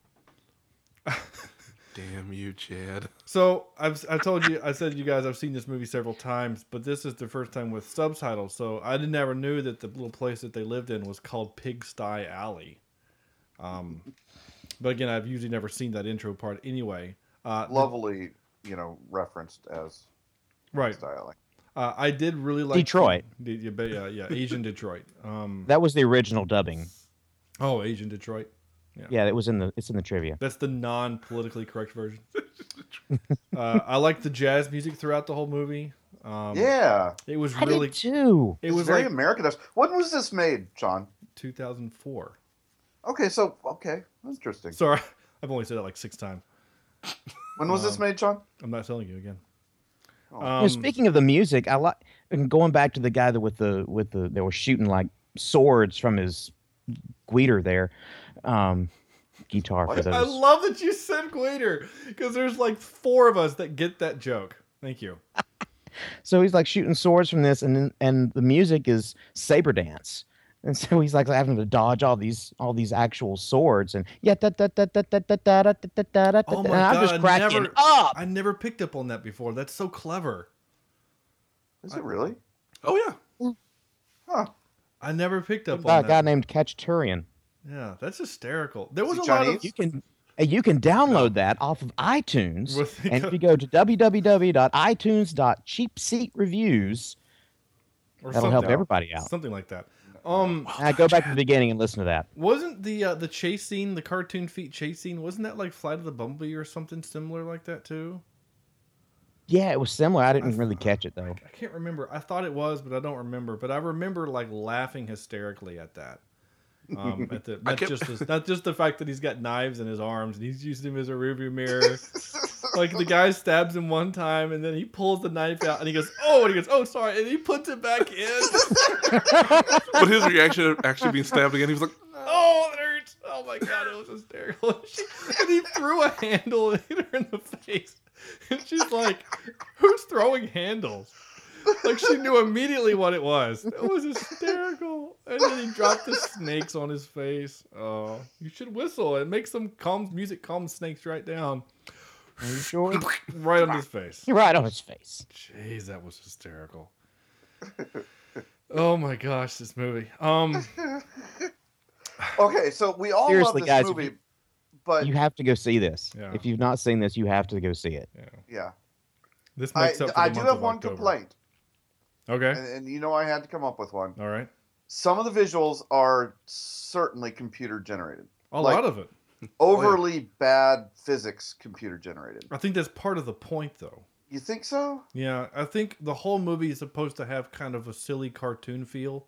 Speaker 7: damn you Chad
Speaker 4: So I've I told you I said you guys I've seen this movie several times, but this is the first time with subtitles. So I didn't- never knew that the little place that they lived in was called Pigsty Alley. Um, but again, I've usually never seen that intro part anyway. Uh,
Speaker 6: Lovely, you know, referenced as
Speaker 4: right.
Speaker 6: styling.
Speaker 4: Uh, I did really like
Speaker 5: Detroit.
Speaker 4: The, the- but yeah, yeah, Asian Detroit. Um,
Speaker 5: That was the original dubbing.
Speaker 4: oh, Asian Detroit.
Speaker 5: Yeah, it was in the it's in the trivia.
Speaker 4: That's the non politically correct version. uh, I liked the jazz music throughout the whole movie. Um,
Speaker 6: Yeah,
Speaker 4: it was
Speaker 5: I
Speaker 4: really.
Speaker 5: did too.
Speaker 4: It
Speaker 6: it was
Speaker 4: was
Speaker 6: very
Speaker 4: like
Speaker 6: Americanized. When was this made, Sean?
Speaker 4: 2004.
Speaker 6: Okay, so okay, interesting.
Speaker 4: Sorry, I've only said it like six times.
Speaker 6: when was
Speaker 4: Um,
Speaker 6: this made, Sean?
Speaker 4: I'm not telling you again.
Speaker 6: Oh.
Speaker 5: You know,
Speaker 4: Um,
Speaker 5: speaking of the music, I like and going back to the guy that with the with the that was shooting like swords from his guiter there, um, guitar for
Speaker 4: I
Speaker 5: those.
Speaker 4: love that you said Guider because there's like four of us that get that joke. Thank you.
Speaker 5: So he's like shooting swords from this, and then- and the music is saber dance, and so he's like having to dodge all these all these actual swords, and yeah, da da da da da da da da da da da da.
Speaker 4: Oh
Speaker 5: da,
Speaker 4: my
Speaker 5: and I'm
Speaker 4: God,
Speaker 5: just
Speaker 4: I
Speaker 5: cracking
Speaker 4: never-
Speaker 5: up.
Speaker 4: I never picked up on that before. That's so clever.
Speaker 6: Is it really?
Speaker 7: oh yeah
Speaker 6: Huh.
Speaker 4: I never picked up
Speaker 5: By a
Speaker 4: on
Speaker 5: guy
Speaker 4: that.
Speaker 5: named Kachaturian.
Speaker 4: Yeah, that's hysterical. There
Speaker 6: Is
Speaker 4: was
Speaker 6: he
Speaker 4: a lot of
Speaker 6: Chinese?
Speaker 5: You can. and You can download that off of iTunes,
Speaker 4: With the
Speaker 5: and if
Speaker 4: code-
Speaker 5: you go to www.itunes.cheapseatreviews,
Speaker 4: or
Speaker 5: That'll
Speaker 4: something,
Speaker 5: help everybody out.
Speaker 4: something like that. Um,
Speaker 5: I go back to the beginning and listen to that.
Speaker 4: wasn't the uh, the chase scene, the cartoon feet chase scene, wasn't that like Flight of the Bumblebee or something similar like that too?
Speaker 5: Yeah, it was similar. I didn't really catch it though.
Speaker 4: I can't remember. I thought it was, but I don't remember. But I remember like laughing hysterically at that. Um, at the, not
Speaker 7: kept-
Speaker 4: just the, not just the fact that he's got knives in his arms and he's using them as a rearview mirror. like the guy stabs him one time and then he pulls the knife out and he goes, "Oh," and he goes, "Oh, sorry," and he puts it back in.
Speaker 7: but his reaction of actually being stabbed again he was like
Speaker 4: oh, it hurts! Oh my god, it was hysterical. and he threw a handle and hit her in the face, and she's like, "Who's throwing handles?" Like she knew immediately what it was. It was hysterical. And then he dropped the snakes on his face. Oh, you should whistle. It makes them calm music calm snakes right down,
Speaker 5: Are you sure?
Speaker 4: right on his face.
Speaker 5: You're right on his face.
Speaker 4: Jeez, that was hysterical. Oh my gosh, this movie. Um,
Speaker 6: Okay, so we all
Speaker 5: Seriously,
Speaker 6: love this
Speaker 5: guys, if
Speaker 6: movie,
Speaker 5: you-
Speaker 6: but
Speaker 5: You have to go see this.
Speaker 4: Yeah.
Speaker 5: If you've not seen this, you have to go see it.
Speaker 6: yeah,
Speaker 4: this
Speaker 6: I,
Speaker 4: makes up. For the
Speaker 6: I do
Speaker 4: month
Speaker 6: have
Speaker 4: of
Speaker 6: one
Speaker 4: October.
Speaker 6: complaint,
Speaker 4: Okay.
Speaker 6: and, and you know I had to come up with one.
Speaker 4: All right.
Speaker 6: Some of the visuals are certainly computer generated.
Speaker 4: A
Speaker 6: Like-
Speaker 4: lot of it.
Speaker 6: overly bad physics computer generated.
Speaker 4: I think that's part of the point, though.
Speaker 6: You think so?
Speaker 4: Yeah, I think the whole movie is supposed to have kind of a silly cartoon feel,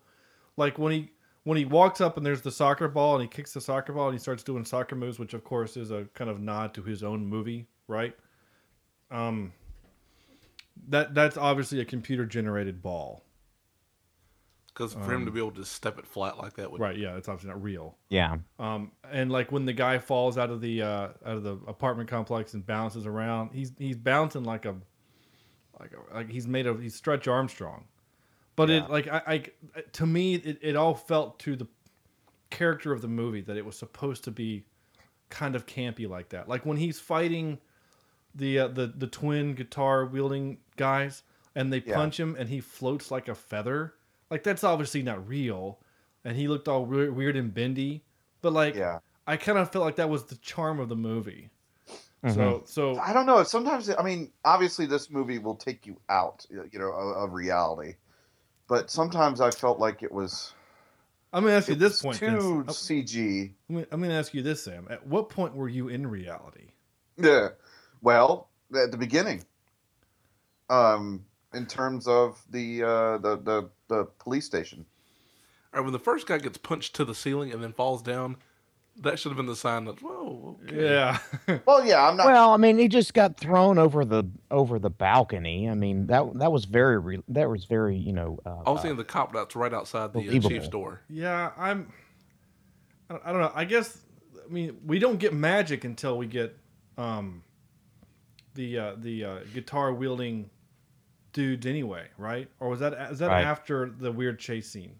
Speaker 4: like when he when he walks up and there's the soccer ball and he kicks the soccer ball and he starts doing soccer moves, which of course is a kind of nod to his own movie, right? Um, that that's obviously a computer generated ball,
Speaker 7: Because for him to be able to step it flat like that would
Speaker 4: right? Yeah, it's obviously not real.
Speaker 5: Yeah.
Speaker 4: Um, and like when the guy falls out of the uh, out of the apartment complex and bounces around, he's he's bouncing like a like a, like he's made of he's Stretch Armstrong, but
Speaker 5: Yeah.
Speaker 4: it like I, I to me it, it all felt to the character of the movie that it was supposed to be kind of campy like that. Like when he's fighting the uh, the the twin guitar wielding guys and they
Speaker 6: Yeah.
Speaker 4: punch him and he floats like a feather. Like that's obviously not real, and he looked all weir- weird and bendy. But like
Speaker 6: Yeah.
Speaker 4: I kind of felt like that was the charm of the movie. So
Speaker 6: Mm-hmm.
Speaker 4: so
Speaker 6: I don't know. Sometimes I mean, obviously, this movie will take you out, you know, of, of reality. But sometimes I felt like it was
Speaker 4: I'm gonna ask you
Speaker 6: it
Speaker 4: this
Speaker 6: was
Speaker 4: point. oh.
Speaker 6: too
Speaker 4: Vince.
Speaker 6: CG.
Speaker 4: I'm, gonna- I'm gonna ask you this, Sam. At what point were you in reality?
Speaker 6: Yeah. Well, at the beginning, um, in terms of the uh, the, the the police station.
Speaker 7: All right, when the first guy gets punched to the ceiling and then falls down, that should have been the sign that whoa. okay."
Speaker 4: Yeah,
Speaker 6: Well, yeah, I'm not.
Speaker 5: Well, I mean, he just got thrown over the over the balcony. I mean, that that was very re- that was very you know. Uh,
Speaker 7: I was seeing the cop that's right outside the uh, chief's
Speaker 5: Believable.
Speaker 7: door.
Speaker 4: yeah. I'm. I don't, I don't know. I guess. I mean, we don't get magic until we get, um, the uh, the uh, guitar wielding dudes anyway, right? Or was that is that
Speaker 5: Right.
Speaker 4: after the weird chase scene?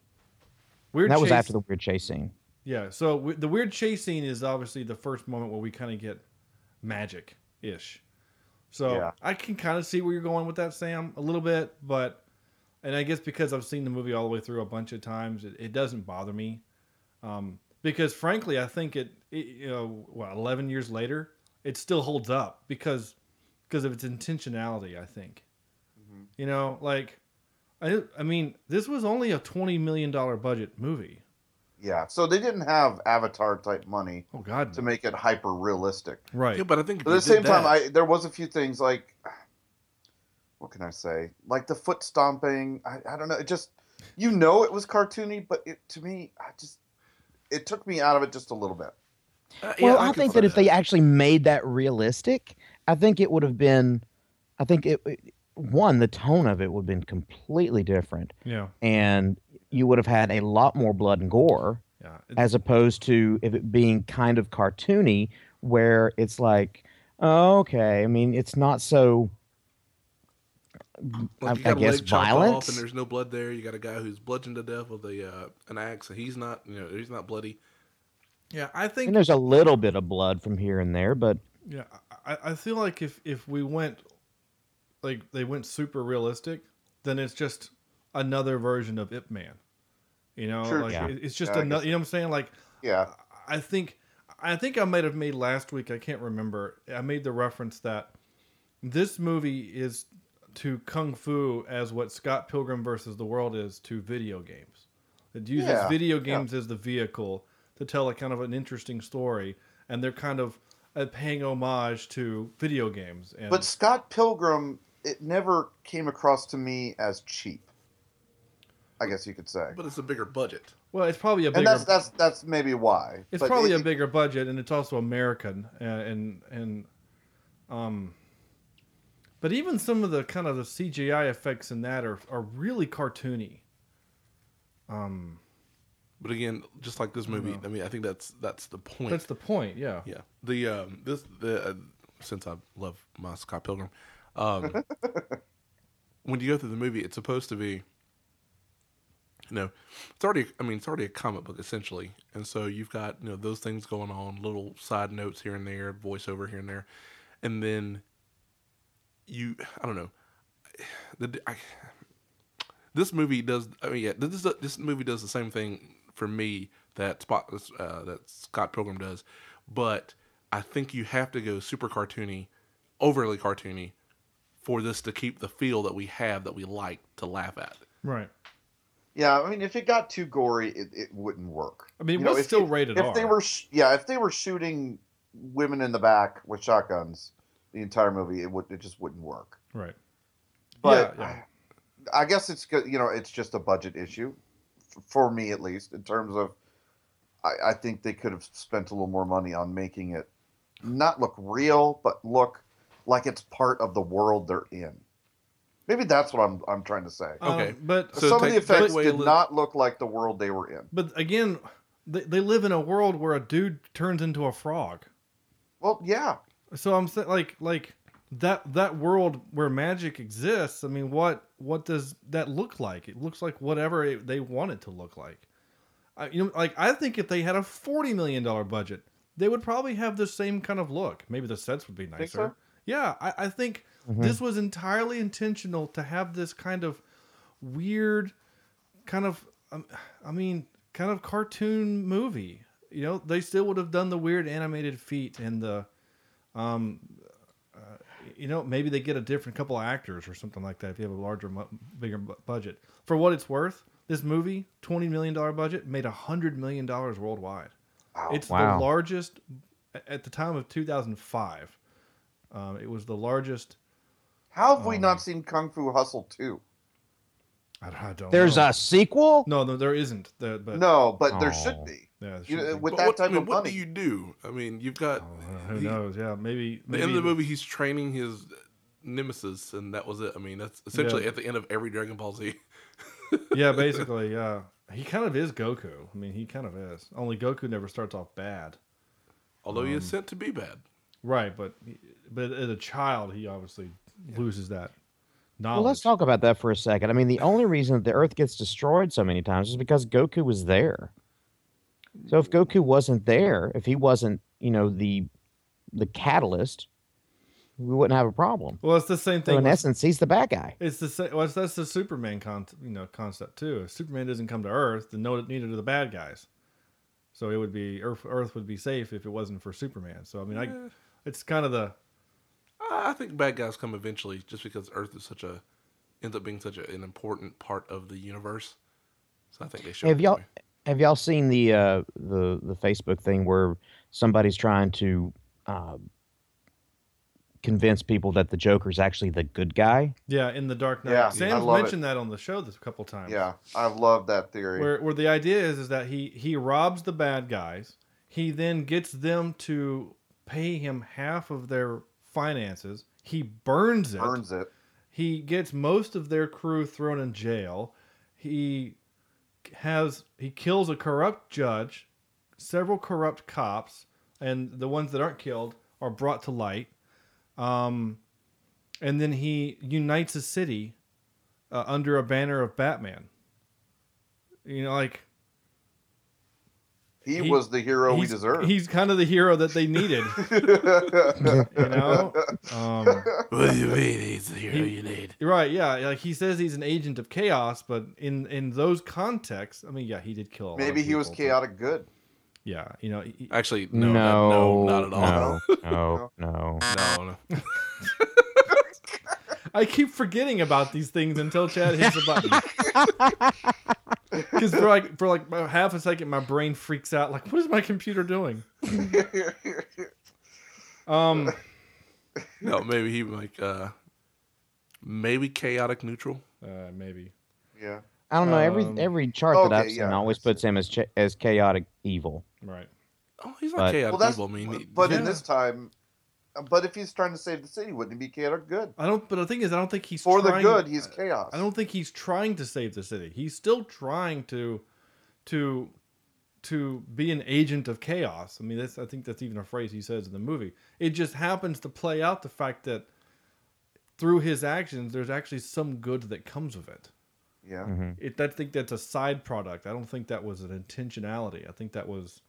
Speaker 4: Weird.
Speaker 5: that was
Speaker 4: chase-
Speaker 5: after the weird chase scene.
Speaker 4: Yeah. So we, the weird chase scene is obviously the first moment where we kind of get magic ish. So
Speaker 6: Yeah.
Speaker 4: I can kind of see where you're going with that, Sam, a little bit, but and I guess because I've seen the movie all the way through a bunch of times, it, it doesn't bother me. Um, because frankly, I think it, it you know, what, 11 years later, it still holds up because because of its intentionality, I think.
Speaker 6: Mm-hmm.
Speaker 4: You know, like I, I mean, this was only a 20 million dollar budget movie.
Speaker 6: Yeah. So they didn't have Avatar type money
Speaker 4: Oh god.
Speaker 6: to make it hyper realistic.
Speaker 4: Right.
Speaker 7: Yeah, but I think if
Speaker 6: But at the
Speaker 7: you
Speaker 6: same
Speaker 7: did
Speaker 6: time,
Speaker 7: that-
Speaker 6: I there was a few things like, what can I say? Like the foot stomping. I, I don't know. It just you know it was cartoony, but it to me, I just it took me out of it just a little bit.
Speaker 7: Uh, yeah,
Speaker 5: Well, I,
Speaker 7: can
Speaker 5: think
Speaker 7: see
Speaker 5: that if they actually made that realistic, I think it would have been, I think it it- one the tone of it would have been completely different,
Speaker 4: Yeah.
Speaker 5: and you would have had a lot more blood and gore.
Speaker 4: Yeah. It-
Speaker 5: as opposed to if it being kind of cartoony where it's like okay i mean it's not so
Speaker 7: Like,
Speaker 5: I-
Speaker 7: you
Speaker 5: I,
Speaker 7: got a
Speaker 5: guess
Speaker 7: leg chopped off
Speaker 5: violence
Speaker 7: and there's no blood there. You got a guy who's bludgeoned to death with a uh, an axe, and he's not, you know, he's not bloody.
Speaker 4: Yeah, I
Speaker 5: and
Speaker 4: think
Speaker 5: there's a little bit of blood from here and there but
Speaker 4: yeah, I, I feel like if if we went like they went super realistic, then it's just another version of Ip Man. You know,
Speaker 6: Sure.
Speaker 4: like
Speaker 5: Yeah.
Speaker 4: it- it's just
Speaker 6: Yeah, I
Speaker 4: another. You know what I'm saying? Like
Speaker 6: Yeah.
Speaker 4: I think I think I might have made last week. I can't remember. I made the reference that this movie is to kung fu as what Scott Pilgrim versus the World is to video games. It uses
Speaker 6: Yeah,
Speaker 4: video
Speaker 6: yeah.
Speaker 4: games as the vehicle to tell a kind of an interesting story, and they're kind of uh, paying homage to video games. And
Speaker 6: But Scott Pilgrim, it never came across to me as cheap. I guess you could say.
Speaker 7: But it's a bigger budget.
Speaker 4: well, it's probably a bigger.
Speaker 6: and that's that's that's maybe why.
Speaker 4: It's
Speaker 6: But
Speaker 4: probably
Speaker 6: it-
Speaker 4: a bigger budget, and it's also American, uh, and and um. But even some of the kind of the CGI effects in that are are really cartoony. Um,
Speaker 7: But again, just like this movie, I mean, I think that's that's the point.
Speaker 4: that's the point, yeah.
Speaker 7: yeah. The um, this the uh, since I love my Scott Pilgrim, um, when you go through the movie, it's supposed to be. You know, it's already. I mean, it's already a comic book essentially, and so you've got you know those things going on, little side notes here and there, voiceover here and there, and then you. I don't know. The I, this movie does. I mean, yeah, this is a- this movie does the same thing for me that Spot uh, that Scott Pilgrim does, but I think you have to go super cartoony, overly cartoony, for this to keep the feel that we have that we like to laugh at.
Speaker 4: Right.
Speaker 6: Yeah, I mean, if it got too gory, it, it wouldn't work.
Speaker 4: I mean, it
Speaker 6: You know,
Speaker 4: was
Speaker 6: if
Speaker 4: still
Speaker 6: it-
Speaker 4: rated
Speaker 6: if
Speaker 4: R.
Speaker 6: they were, sh- yeah, if they were shooting women in the back with shotguns the entire movie, it would it just wouldn't work.
Speaker 4: Right.
Speaker 6: But
Speaker 4: yeah, yeah.
Speaker 6: I guess it's good. You know, it's just a budget issue f- for me, at least in terms of. I, I think they could have spent a little more money on making it not look real, but look like it's part of the world they're in. Maybe that's what I'm I'm trying to say.
Speaker 7: Okay.
Speaker 4: Um, but
Speaker 7: So
Speaker 6: Some
Speaker 7: take-
Speaker 6: of the effects
Speaker 7: take away a
Speaker 6: did
Speaker 7: little-
Speaker 6: not look like the world they were in.
Speaker 4: but again, they, they live in a world where a dude turns into a frog.
Speaker 6: Well, yeah,
Speaker 4: So I'm saying like like that that world where magic exists. I mean, what what does that look like? It looks like whatever it, they want it to look like. I, you know, like I think if they had a forty million dollar budget, they would probably have the same kind of look. Maybe the sets would be nicer.
Speaker 6: so?
Speaker 4: Yeah, I, I think this was entirely intentional to have this kind of weird, kind of, um, I mean, kind of cartoon movie. You know, they still would have done the weird animated feet and the, um, uh, you know, maybe they get a different couple of actors or something like that if you have a larger, mu- bigger bu- budget. For what it's worth, this movie, twenty million dollar budget, made a hundred million dollars worldwide.
Speaker 6: Oh,
Speaker 4: It's
Speaker 5: Wow.
Speaker 4: the largest at the time of 2005. Um, it was the largest.
Speaker 6: how
Speaker 4: oh,
Speaker 6: have we not seen Kung Fu Hustle two?
Speaker 4: I don't, I don't
Speaker 5: There's
Speaker 4: know.
Speaker 5: a sequel.
Speaker 4: no, no, there isn't. There, but
Speaker 6: No, but there
Speaker 5: Oh.
Speaker 6: should be.
Speaker 4: yeah, there
Speaker 6: You
Speaker 4: should
Speaker 6: know,
Speaker 4: be.
Speaker 6: with
Speaker 7: But
Speaker 6: that
Speaker 7: what,
Speaker 6: type
Speaker 7: I mean,
Speaker 6: of
Speaker 7: what
Speaker 6: money,
Speaker 7: do you do? I mean, you've got
Speaker 4: Oh, who
Speaker 7: the-
Speaker 4: knows? Yeah, maybe,
Speaker 7: the
Speaker 4: maybe
Speaker 7: end of the movie. He's training his nemesis, and that was it. I mean, that's essentially at the end of every Dragon Ball Z.
Speaker 4: yeah, basically, yeah. He kind of is Goku. I mean, he kind of is. Only Goku never starts off bad,
Speaker 7: Although he
Speaker 4: Um.
Speaker 7: is sent to be bad.
Speaker 4: right? But but as a child, he obviously loses that knowledge.
Speaker 5: Well, let's talk about that for a second. I mean, the only reason that the Earth gets destroyed so many times is because Goku was there. So if Goku wasn't there, if he wasn't, you know, the the catalyst, we wouldn't have a problem.
Speaker 4: well, it's the same
Speaker 5: So
Speaker 4: thing.
Speaker 5: in
Speaker 4: with-
Speaker 5: essence, he's the bad guy.
Speaker 4: It's the same. Well, it's- that's the Superman con- you know concept too. If Superman doesn't come to Earth, then no, neither do the bad guys. So it would be Earth. Earth would be safe if it wasn't for Superman. So I mean, I, it's kind of the
Speaker 7: I I think bad guys come eventually, just because Earth is such a ends up being such a, an important part of the universe. So I think they should.
Speaker 5: Have y'all have y'all seen the uh, the the Facebook thing where somebody's trying to uh, convince people that the Joker's actually the good guy?
Speaker 4: yeah in the Dark Knight.
Speaker 6: Yeah, I
Speaker 4: Sam's
Speaker 6: love it.
Speaker 4: mentioned that on the show this a couple times.
Speaker 6: yeah, I've loved that theory.
Speaker 4: where where the idea is is that he he robs the bad guys. He then gets them to pay him half of their finances. He burns it.
Speaker 6: Burns it.
Speaker 4: He gets most of their crew thrown in jail. He has he kills a corrupt judge, several corrupt cops, and the ones that aren't killed are brought to light. Um, and then he unites a city uh, under a banner of Batman. You know, like
Speaker 6: He,
Speaker 4: He-
Speaker 6: was the hero we
Speaker 4: he's-
Speaker 6: deserved.
Speaker 4: He's kind of the hero that they needed, you know. Um,
Speaker 7: what do you mean he's the hero
Speaker 4: He-
Speaker 7: you need?
Speaker 4: Right, yeah. Like he says he's an agent of chaos, but in in those contexts, I mean, yeah, he did kill. A lot of
Speaker 6: Maybe he was
Speaker 4: people, but-
Speaker 6: chaotic good.
Speaker 4: Yeah, you know, he-
Speaker 7: Actually, no, no, no, not at all.
Speaker 5: No, no, no.
Speaker 7: No, no.
Speaker 4: I keep forgetting about these things until Chad hits the button. Because for like for like about half a second, my brain freaks out. Like, what is my computer doing? Um,
Speaker 7: no, maybe he like uh, maybe chaotic neutral.
Speaker 4: uh, maybe.
Speaker 6: yeah.
Speaker 5: I don't know. Every
Speaker 4: Um,
Speaker 5: every chart that
Speaker 6: okay,
Speaker 5: I've seen
Speaker 6: yeah,
Speaker 5: always
Speaker 6: that's
Speaker 5: puts him as cha- as chaotic evil.
Speaker 4: Right.
Speaker 7: Oh, he's not
Speaker 5: But-
Speaker 6: Well,
Speaker 7: chaotic
Speaker 6: that's.
Speaker 7: evil. I mean, he-
Speaker 6: but in
Speaker 4: yeah.
Speaker 6: this time, but if he's trying to save the city, wouldn't he be chaotic good?
Speaker 4: I don't. But the thing is, I don't think he's
Speaker 6: For the
Speaker 4: trying-
Speaker 6: good, he's chaos.
Speaker 4: I don't think he's trying to save the city. He's still trying to, to, to be an agent of chaos. I mean, that's I think that's even a phrase he says in the movie. It just happens to play out the fact that through his actions, there's actually some good that comes of it.
Speaker 6: yeah.
Speaker 7: Mm-hmm.
Speaker 4: It I think that's a side product. I don't think that was an intentionality. I think that was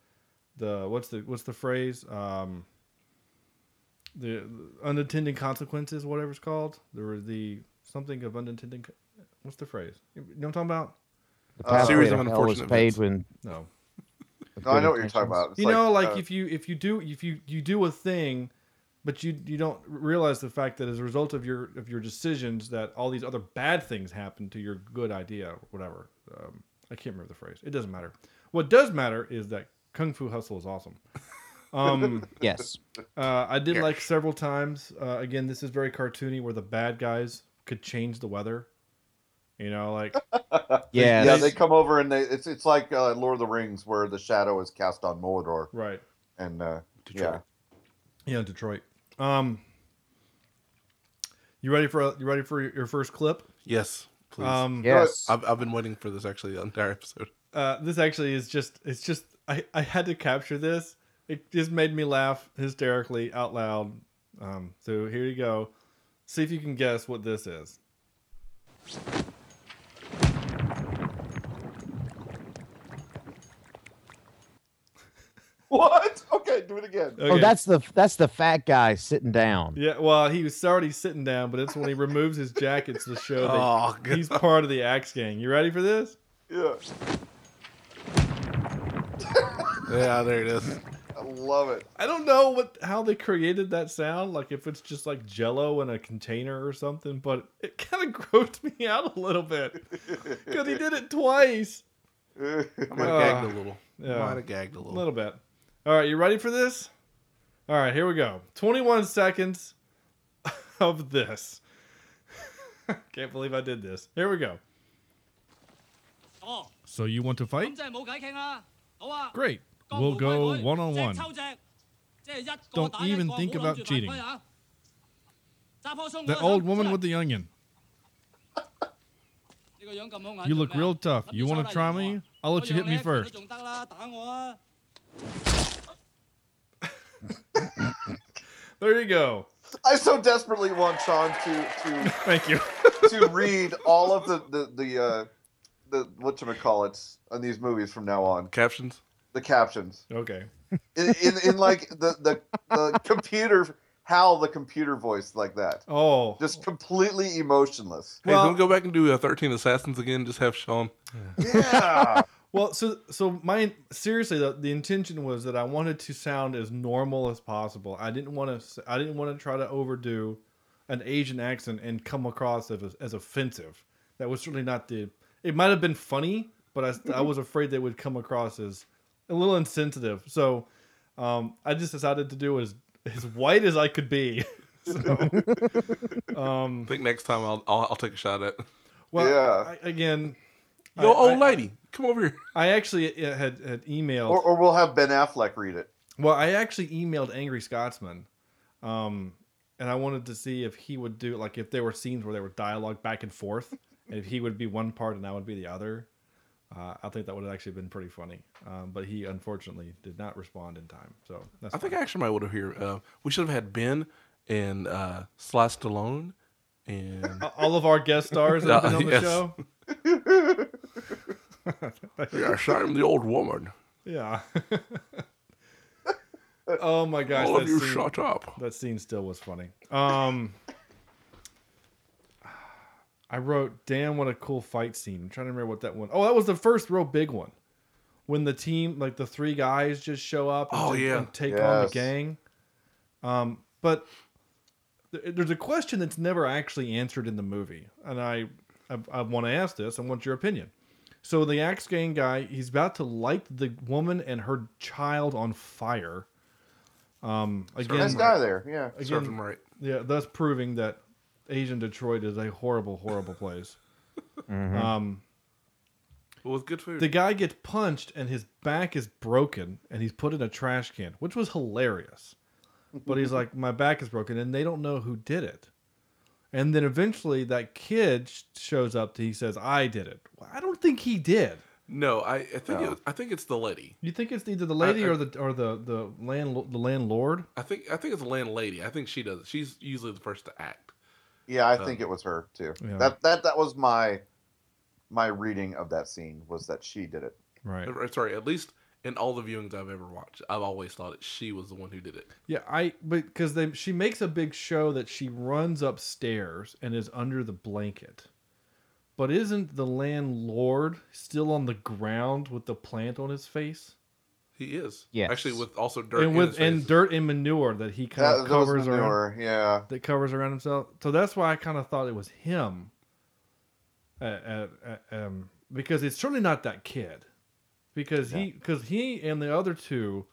Speaker 4: the what's the what's the phrase? Um, the, unintended consequences, whatever it's called. There was the something of unintended. co- What's the phrase? You know what I'm talking about?
Speaker 5: The
Speaker 6: Uh,
Speaker 5: pathway
Speaker 7: series
Speaker 5: to
Speaker 7: of
Speaker 5: hell is
Speaker 7: unfortunate
Speaker 5: paid
Speaker 7: events.
Speaker 5: when.
Speaker 4: No.
Speaker 5: with
Speaker 6: No, I
Speaker 5: good
Speaker 6: know what you're talking
Speaker 5: intentions.
Speaker 6: about. It's
Speaker 4: you know, like
Speaker 6: uh,
Speaker 4: if you if you do if you you do a thing, but you you don't realize the fact that as a result of your of your decisions that all these other bad things happen to your good idea, or whatever. Um, I can't remember the phrase. It doesn't matter. What does matter is that Kung Fu Hustle is awesome. Um,
Speaker 5: Yes.
Speaker 4: uh, I did like several times. Uh, again, this is very cartoony, where the bad guys could change the weather. You know, like
Speaker 5: Yes.
Speaker 6: yeah, they come over and they it's it's like uh, Lord of the Rings where the shadow is cast on Mordor
Speaker 4: right,
Speaker 6: and uh, yeah,
Speaker 7: Detroit.
Speaker 4: yeah, Detroit. Um, you ready for you ready for your first clip?
Speaker 7: Yes, please.
Speaker 4: Um,
Speaker 5: yes.
Speaker 7: I've, I've been waiting for this actually the entire episode.
Speaker 4: uh, this actually is just it's just I, I had to capture this it just made me laugh hysterically out loud um, so here you go see if you can guess what this is
Speaker 6: What? Okay, do it again.
Speaker 5: Oh,
Speaker 4: Okay.
Speaker 5: that's the that's the fat guy sitting down.
Speaker 4: yeah well he was already sitting down but it's when he removes his jacket to show that
Speaker 7: Oh, God.
Speaker 4: he's part of the axe gang you ready for this
Speaker 6: Yeah,
Speaker 7: yeah, there it is.
Speaker 6: I love it.
Speaker 4: i don't know what how they created that sound like if it's just like jello in a container or something but it kind of grossed me out a little bit because he did it twice
Speaker 7: I might have
Speaker 4: Ah.
Speaker 7: gagged a little.
Speaker 4: Yeah.
Speaker 7: Might have gagged a
Speaker 4: A
Speaker 7: little.
Speaker 4: little bit. All right, you ready for this? All right, here we go. 21 seconds of this. Can't believe I did this. Here we go. So you want to fight? Great. We'll go one on one. Don't even think about cheating. The old woman with the onion. You look real tough. You want to try me? I'll let you hit me first. There you go.
Speaker 6: I so desperately want Sean to to
Speaker 4: Thank you.
Speaker 6: to read all of the the the uh, the whatchamacallits on these movies from now on.
Speaker 7: Captions.
Speaker 6: The captions
Speaker 4: Okay.
Speaker 6: in in, in like the, the the computer how the computer voice like that,
Speaker 4: Oh.
Speaker 6: just completely emotionless.
Speaker 7: Hey,
Speaker 4: Well-
Speaker 7: don't go back and do uh, 13 Assassins again. Just have Sean.
Speaker 6: Yeah,
Speaker 4: Well, so so my seriously, the, the intention was that I wanted to sound as normal as possible. I didn't want to I didn't want to try to overdo an Asian accent and come across as, as offensive. That was certainly not the. It might have been funny, but I I was afraid they would come across as a little insensitive. So, um, I just decided to do as as white as I could be. So, um,
Speaker 7: I think next time I'll I'll, I'll take a shot at.
Speaker 4: well,
Speaker 6: Yeah.
Speaker 4: I- again, I-
Speaker 7: Yo, old
Speaker 4: I-
Speaker 7: lady, come over here.
Speaker 4: I actually uh, had had emailed
Speaker 6: or, or we'll have Ben Affleck read it.
Speaker 4: Well, I actually emailed Angry Scotsman, um, and I wanted to see if he would do like if there were scenes where there were dialogue back and forth, and if he would be one part and I would be the other. Uh, I think that would have actually been pretty funny, um, but he unfortunately did not respond in time. So that's
Speaker 7: I think I
Speaker 4: fine.
Speaker 7: actually might would have here. Uh, we should have had Ben and uh, Sly Stallone and
Speaker 4: A- all of our guest stars that have been on the
Speaker 7: Yes.
Speaker 4: show.
Speaker 7: yeah, shot him the old woman.
Speaker 4: Yeah. oh my gosh!
Speaker 7: All of
Speaker 4: that
Speaker 7: you
Speaker 4: scene-
Speaker 7: shut up.
Speaker 4: That scene still was funny. Um, I wrote, "Damn, what a cool fight scene." I'm trying to remember what that one. Oh, that was the first real big one, when the team, like the three guys, just show up. And
Speaker 7: Oh,
Speaker 4: take,
Speaker 7: yeah.
Speaker 4: and take on the
Speaker 6: Yes.
Speaker 4: gang. Um, but th- there's a question that's never actually answered in the movie, and I, I, I want to ask this. I want your opinion. So the axe gang guy, he's about to light the woman and her child on fire. Um, again,
Speaker 6: Nice guy there. Yeah.
Speaker 7: Served
Speaker 4: again,
Speaker 7: him right.
Speaker 4: yeah, thus proving that Asian Detroit is a horrible, horrible place. Um,
Speaker 7: Well, with good food.
Speaker 4: the guy gets punched and his back is broken and he's put in a trash can, which was hilarious. But he's like, my back is broken, and they don't know who did it. And then eventually, that kid sh- shows up. He says, "I did it." Well, I don't think he did.
Speaker 7: no, I, I think it was- I think it's the lady.
Speaker 4: You think it's either the lady
Speaker 7: I-
Speaker 4: or the or the the land the landlord?
Speaker 7: I think I think it's the landlady. I think she does. it. She's usually the first to act.
Speaker 6: Yeah, I think it was her too.
Speaker 4: Yeah.
Speaker 6: That that that was my my reading of that scene was that she did it.
Speaker 4: Right.
Speaker 7: Uh, Sorry, at least in all the viewings I've ever watched, I've always thought it, she was the one who did it.
Speaker 4: Yeah, I but because they she makes a big show that she runs upstairs and is under the blanket, but isn't the landlord still on the ground with the plant on his face
Speaker 7: He is.
Speaker 5: Yes.
Speaker 7: Actually, with also dirt
Speaker 4: and
Speaker 7: in
Speaker 4: with
Speaker 7: his
Speaker 4: and
Speaker 7: face.
Speaker 4: dirt and manure that he kind
Speaker 6: That,
Speaker 4: of
Speaker 6: that was
Speaker 4: covers around
Speaker 6: manure. Yeah.
Speaker 4: that covers around himself? So that's why I kind of thought it was him, uh, uh, uh, um, because it's certainly not that kid, because he because he and the other two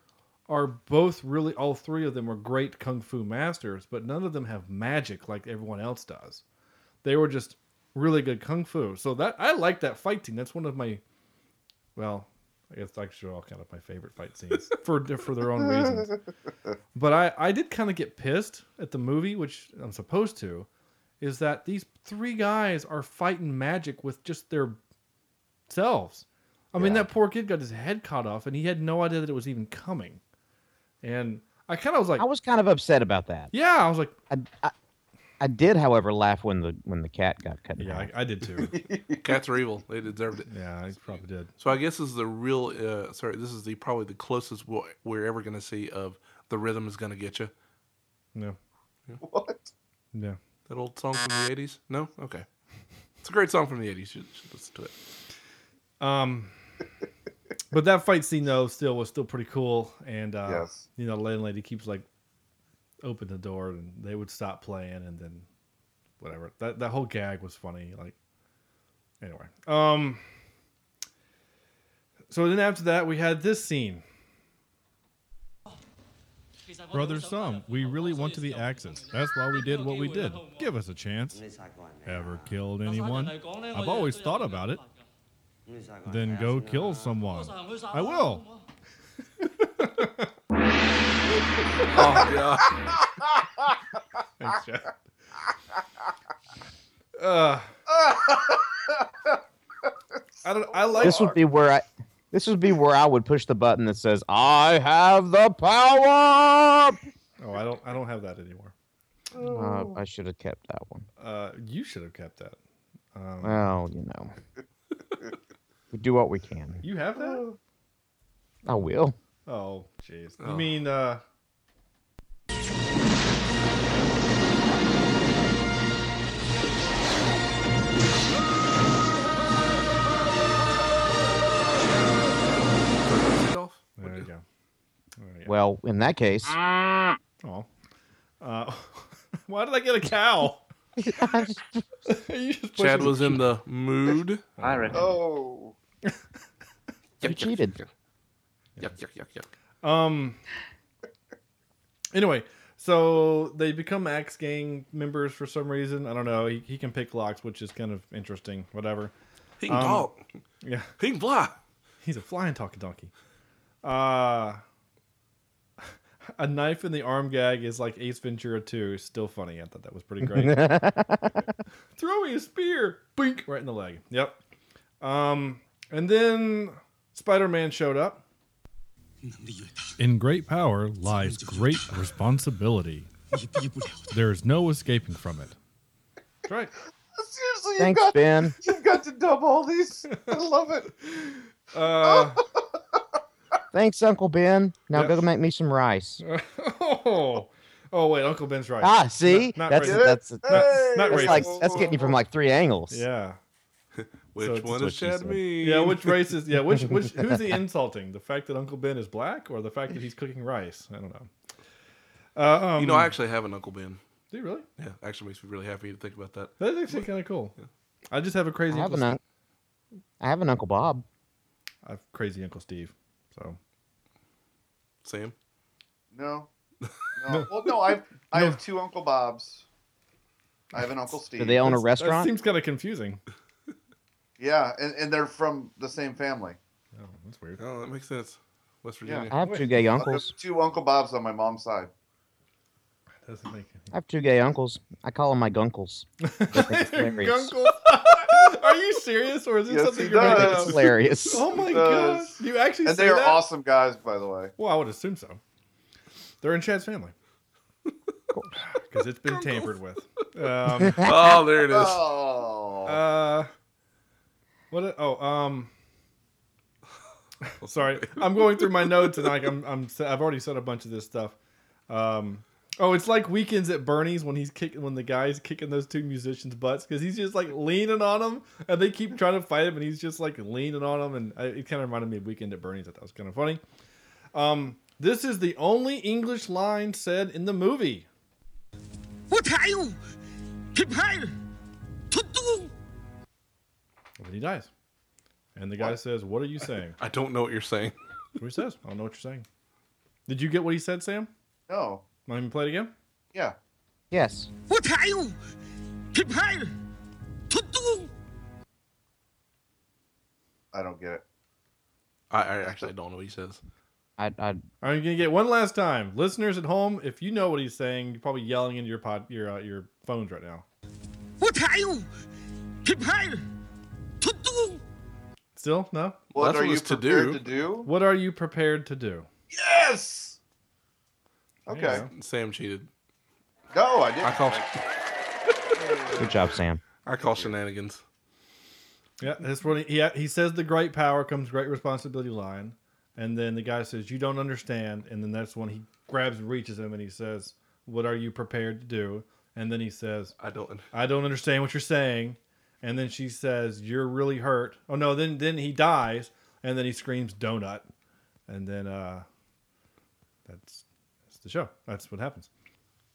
Speaker 4: are both really all three of them are great kung fu masters, but none of them have magic like everyone else does. They were just really good kung fu. So that I like that fight scene. That's one of my well, I guess actually all kind of my favorite fight scenes for for their own reasons. But I I did kind of get pissed at the movie, which I'm supposed to, is that these three guys are fighting magic with just their selves. I mean, that poor kid got his head cut off, and he had no idea that it was even coming. And I kind of was like,
Speaker 5: I was kind of upset about that.
Speaker 4: yeah, I was like,
Speaker 5: I, I, I did, however, laugh when the when the cat got cut. in
Speaker 4: yeah,
Speaker 5: half.
Speaker 4: I, I did too.
Speaker 7: Cats are evil. They deserved it.
Speaker 4: yeah, I probably did.
Speaker 7: So I guess this is the real. Uh, sorry, this is the probably the closest we'll, we're ever going to see of the rhythm is going to get you.
Speaker 4: No,
Speaker 6: What?
Speaker 4: no.
Speaker 7: That old song from the '80s. No, okay. It's a great song from the '80s. You should listen to it.
Speaker 4: Um, but that fight scene though still was still pretty cool, and uh,
Speaker 6: Yes.
Speaker 4: you know, the landlady keeps like open the door, and they would stop playing, and then whatever. That that whole gag was funny. Like anyway, um, so then after that we had this scene.
Speaker 9: Brother Sum, we really want to be accents. That's why we did what we did. Give us a chance. Ever killed anyone? I've always thought about it. Then go kill someone. I will.
Speaker 7: Oh yeah.
Speaker 4: Thanks, Jeff. uh, I don't. I like
Speaker 5: this would be where I. This would be where I would push the button that says "I have the power."
Speaker 4: Oh, I don't. I don't have that anymore.
Speaker 5: Uh,
Speaker 6: Oh.
Speaker 5: I should have kept that one.
Speaker 4: Uh, you should have kept that.
Speaker 5: Well, you know, we do what we can.
Speaker 4: You have that?
Speaker 5: I will.
Speaker 4: Oh, jeez. You mean uh,
Speaker 7: Rudolph?
Speaker 4: there you go.
Speaker 5: Well, in that case,
Speaker 4: Ah. Oh, uh, why did I get a cow? You just pushed
Speaker 7: Chad
Speaker 4: it.
Speaker 7: was in the mood.
Speaker 10: I reckon.
Speaker 6: Oh.
Speaker 5: you cheated.
Speaker 7: Yuck, yuck, yuck, yuck.
Speaker 4: Um. Anyway, so they become Axe Gang members for some reason. I don't know. He, he can pick locks, which is kind of interesting. Whatever.
Speaker 7: He can talk.
Speaker 4: Yeah,
Speaker 7: He can fly.
Speaker 4: he's a flying talking donkey. Uh a knife in the arm gag is like Ace Ventura 2. Still funny. I thought that was pretty great. Throw me a spear. Bink. Right in the leg. Yep. Um, and then Spider Man showed up.
Speaker 9: In great power lies great responsibility. There is no escaping from it.
Speaker 4: That's right.
Speaker 6: Seriously, you
Speaker 5: Thanks,
Speaker 6: got
Speaker 5: Ben.
Speaker 6: you've got to dub all these. I love it.
Speaker 4: Uh,
Speaker 5: Thanks, Uncle Ben. Now
Speaker 4: Yep.
Speaker 5: go make me some rice.
Speaker 4: oh, oh, wait. Uncle Ben's right.
Speaker 5: Ah, see,
Speaker 4: not
Speaker 5: that's
Speaker 4: racist.
Speaker 5: that's that's,
Speaker 6: Hey!
Speaker 4: not
Speaker 5: that's
Speaker 4: racist.
Speaker 5: like that's getting you from like three angles.
Speaker 4: Yeah.
Speaker 7: Which
Speaker 4: it's
Speaker 7: one
Speaker 5: what
Speaker 7: is
Speaker 5: she
Speaker 7: Chad
Speaker 5: said.
Speaker 7: mean?
Speaker 4: Yeah, which race is yeah, which which who's he insulting? The fact that Uncle Ben is black or the fact that he's cooking rice? I don't know. Uh, um,
Speaker 7: You know, I actually have an Uncle Ben.
Speaker 4: do you really?
Speaker 7: Yeah, actually makes me really happy to think about that.
Speaker 4: That's actually kind of cool. I just have a
Speaker 5: I
Speaker 4: crazy
Speaker 5: have
Speaker 4: Uncle
Speaker 5: an un- I have an Uncle Bob.
Speaker 4: I have crazy Uncle Steve. So
Speaker 7: Sam.
Speaker 6: No. No. Well, no. I've I have two Uncle Bobs. I have an Uncle Steve.
Speaker 5: Do they own a
Speaker 4: that
Speaker 5: restaurant?
Speaker 4: seems kind of confusing.
Speaker 6: Yeah, and, and they're from the same family.
Speaker 4: Oh, that's weird.
Speaker 7: Oh, that makes sense. West
Speaker 6: Yeah.
Speaker 7: Virginia.
Speaker 5: I have two gay
Speaker 6: There's
Speaker 5: uncles.
Speaker 6: two Uncle Bobs on my mom's side.
Speaker 4: Doesn't make
Speaker 5: I have two gay uncles. I call them my gunkles. They think it's hilarious.
Speaker 4: Gunkles. Are you serious, or is this
Speaker 6: Yes,
Speaker 4: something
Speaker 6: he
Speaker 4: you're making
Speaker 5: It's
Speaker 6: does.
Speaker 4: up?
Speaker 5: hilarious.
Speaker 4: Oh my
Speaker 6: He
Speaker 4: god!
Speaker 6: does.
Speaker 4: You actually
Speaker 6: And
Speaker 4: say
Speaker 6: they are
Speaker 4: that?
Speaker 6: awesome guys, by the way.
Speaker 4: Well, I would assume so. They're in Chad's family because it's been tampered with. Um,
Speaker 7: Oh, there it is.
Speaker 6: Oh.
Speaker 4: Uh, what? a- oh, um. Sorry, I'm going through my notes and like I'm, I'm I've already said a bunch of this stuff. Um, oh, it's like weekends at Bernie's when he's kicking when the guy's kicking those two musicians' butts because he's just like leaning on them and they keep trying to fight him and he's just like leaning on them and I, it kind of reminded me of Weekend at Bernie's. I thought that was kind of funny. Um, this is the only English line said in the movie. And then he dies, and the guy says, "What are you saying?"
Speaker 7: I don't know what you're saying.
Speaker 4: That's what he says. I don't know what you're saying. Did you get what he said, Sam?
Speaker 6: No.
Speaker 4: Want me to play it again?
Speaker 6: Yeah.
Speaker 5: Yes.
Speaker 10: What are you? Prepare to do.
Speaker 6: I don't get it.
Speaker 7: I, I actually don't know what he says.
Speaker 5: I, I
Speaker 4: I'm gonna get one last time, listeners at home. If you know what he's saying, you're probably yelling into your pod, your uh, your phones right now.
Speaker 10: What are you? Prepare to do.
Speaker 4: Still no.
Speaker 6: What
Speaker 7: that's
Speaker 6: are
Speaker 7: what
Speaker 6: you
Speaker 7: it's to
Speaker 6: prepared
Speaker 7: do.
Speaker 6: to do?
Speaker 4: What are you prepared to do?
Speaker 6: Yes. Okay.
Speaker 4: Yeah.
Speaker 7: Sam cheated.
Speaker 6: No, I didn't.
Speaker 7: I call
Speaker 5: good job, Sam.
Speaker 7: I call shenanigans.
Speaker 4: Yeah, that's what he, he he says. The great power comes great responsibility line, and then the guy says, "You don't understand," and then that's when he grabs and reaches him and he says, "What are you prepared to do?" And then he says,
Speaker 7: I don't.
Speaker 4: "I don't understand what you're saying," and then she says, "You're really hurt." Oh no! Then then he dies, and then he screams, "Donut," and then uh, that's that's the show. That's what happens.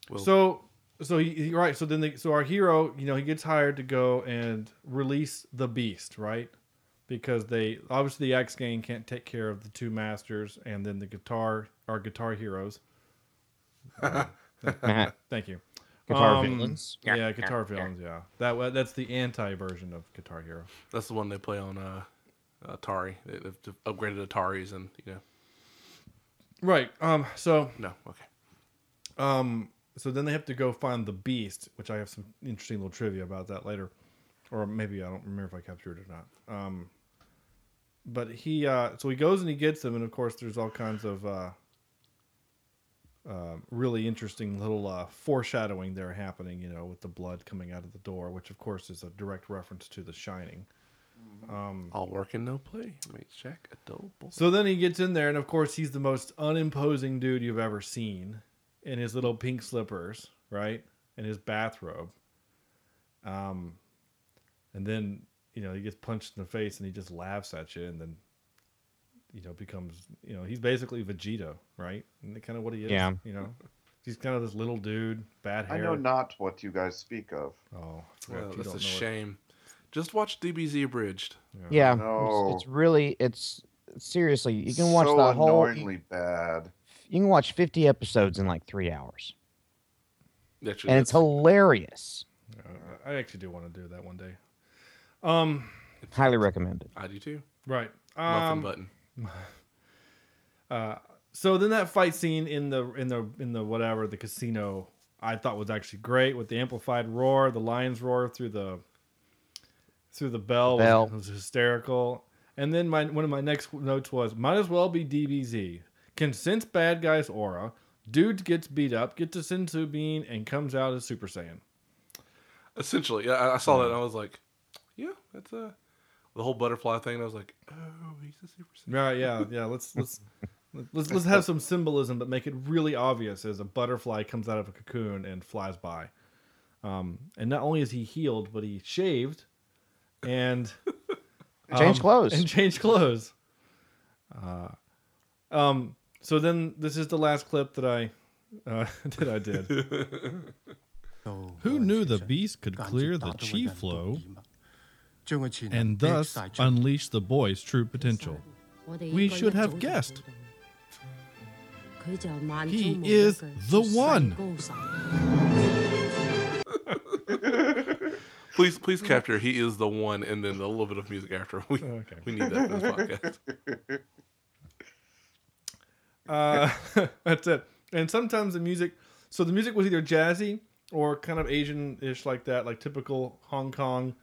Speaker 7: Well-
Speaker 4: so so he, he right. So then the, so our hero, you know, he gets hired to go and release the beast, right? Because they obviously the Axe Gang can't take care of the two masters and then the guitar our guitar heroes.
Speaker 5: Guitar
Speaker 4: Thank you. Um,
Speaker 5: villains.
Speaker 4: Yeah, guitar villains. Yeah, that wa- that's the anti version of Guitar Hero.
Speaker 7: That's the one they play on uh, Atari. They- They've d- upgraded Ataris and you know.
Speaker 4: Right. Um. So
Speaker 7: No, okay.
Speaker 4: Um, so then they have to go find the beast, which I have some interesting little trivia about that later, or maybe I don't remember if I captured it or not. Um, but he, uh, so he goes and he gets them, and of course, there's all kinds of uh, uh, really interesting little uh, foreshadowing there happening, you know, with the blood coming out of the door, which of course is a direct reference to The Shining.
Speaker 7: All work and no play makes Jack a dull boy.
Speaker 4: Mm. So then he gets in there, and of course, he's the most unimposing dude you've ever seen in his little pink slippers, right? And his bathrobe. Um, and then, you know, he gets punched in the face and he just laughs at you, and then, you know, becomes, you know, he's basically Vegeta, right? And that's kind of what he is.
Speaker 5: Yeah.
Speaker 4: You know, he's kind of this little dude, bad
Speaker 6: I
Speaker 4: hair.
Speaker 6: know not what you guys speak of.
Speaker 4: Oh, I forgot
Speaker 7: Well,
Speaker 4: you
Speaker 7: that's
Speaker 4: don't
Speaker 7: a
Speaker 4: know it.
Speaker 7: shame. Just watch DBZ Abridged.
Speaker 5: Yeah.
Speaker 6: No.
Speaker 5: It's, it's really it's seriously you can watch
Speaker 6: so
Speaker 5: the whole you,
Speaker 6: annoyingly bad.
Speaker 5: you can watch 50 episodes in like 3 hours.
Speaker 7: Actually,
Speaker 5: And it's
Speaker 7: that's-
Speaker 5: hilarious.
Speaker 4: I actually do want to do that one day. Um,
Speaker 5: Highly recommended.
Speaker 7: I do too.
Speaker 4: right.
Speaker 7: Muffin
Speaker 4: Um,
Speaker 7: button.
Speaker 4: Uh, so then that fight scene in the in the in the whatever the casino I thought was actually great with the amplified roar, the lion's roar through the through the bell, was-
Speaker 5: Bell.
Speaker 4: Was, hysterical. And then my one of my next notes was might as well be DBZ. Can sense bad guy's aura. Dude gets beat up, gets a sensu bean, and comes out as Super Saiyan.
Speaker 7: Essentially, yeah, I, I saw that
Speaker 4: Mm.
Speaker 7: and I was like, yeah, that's a the whole butterfly thing. And I was like, oh, he's a super. Saiyan.
Speaker 4: Right? Yeah, yeah. Let's let's let's let's have some symbolism, but make it really obvious as a butterfly comes out of a cocoon and flies by. Um, and not only is he healed, but he shaved, and
Speaker 5: Change
Speaker 4: um,
Speaker 5: clothes.
Speaker 4: and change clothes. Uh, um. So then this is the last clip that I uh, that I did.
Speaker 9: Who knew the beast could clear the chi flow and thus unleash the boy's true potential? We should have guessed. He is the one.
Speaker 7: Please, please capture. He is the one, and then a little bit of music after. We
Speaker 4: Okay.
Speaker 7: we need that for this podcast.
Speaker 4: Uh, that's it. And sometimes the music, so the music was either jazzy or kind of Asian-ish like that, like typical Hong Kong,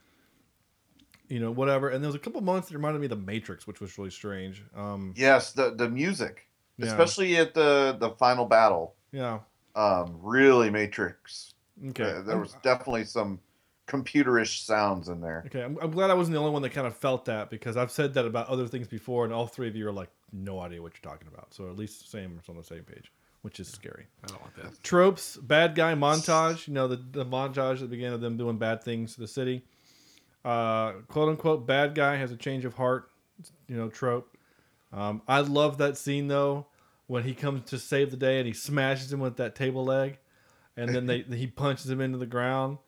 Speaker 4: you know, whatever. And there was a couple months that reminded me of The Matrix, which was really strange. Um,
Speaker 6: Yes, the the music,
Speaker 4: Yeah.
Speaker 6: especially at the the final battle,
Speaker 4: yeah.
Speaker 6: um, really Matrix.
Speaker 4: Okay.
Speaker 6: Uh, there
Speaker 4: I'm-
Speaker 6: was definitely some computerish sounds in there.
Speaker 4: Okay, I'm, I'm glad I wasn't the only one that kind of felt that because I've said that about other things before, and all three of you are like, no idea what you're talking about. So at least same is on the same page, which is scary.
Speaker 7: I don't want that.
Speaker 4: Tropes, bad guy montage. You know the, the montage at the beginning of them doing bad things to the city. Uh, quote unquote, bad guy has a change of heart. You know trope. Um, I love that scene though when he comes to save the day and he smashes him with that table leg, and then they he punches him into the ground,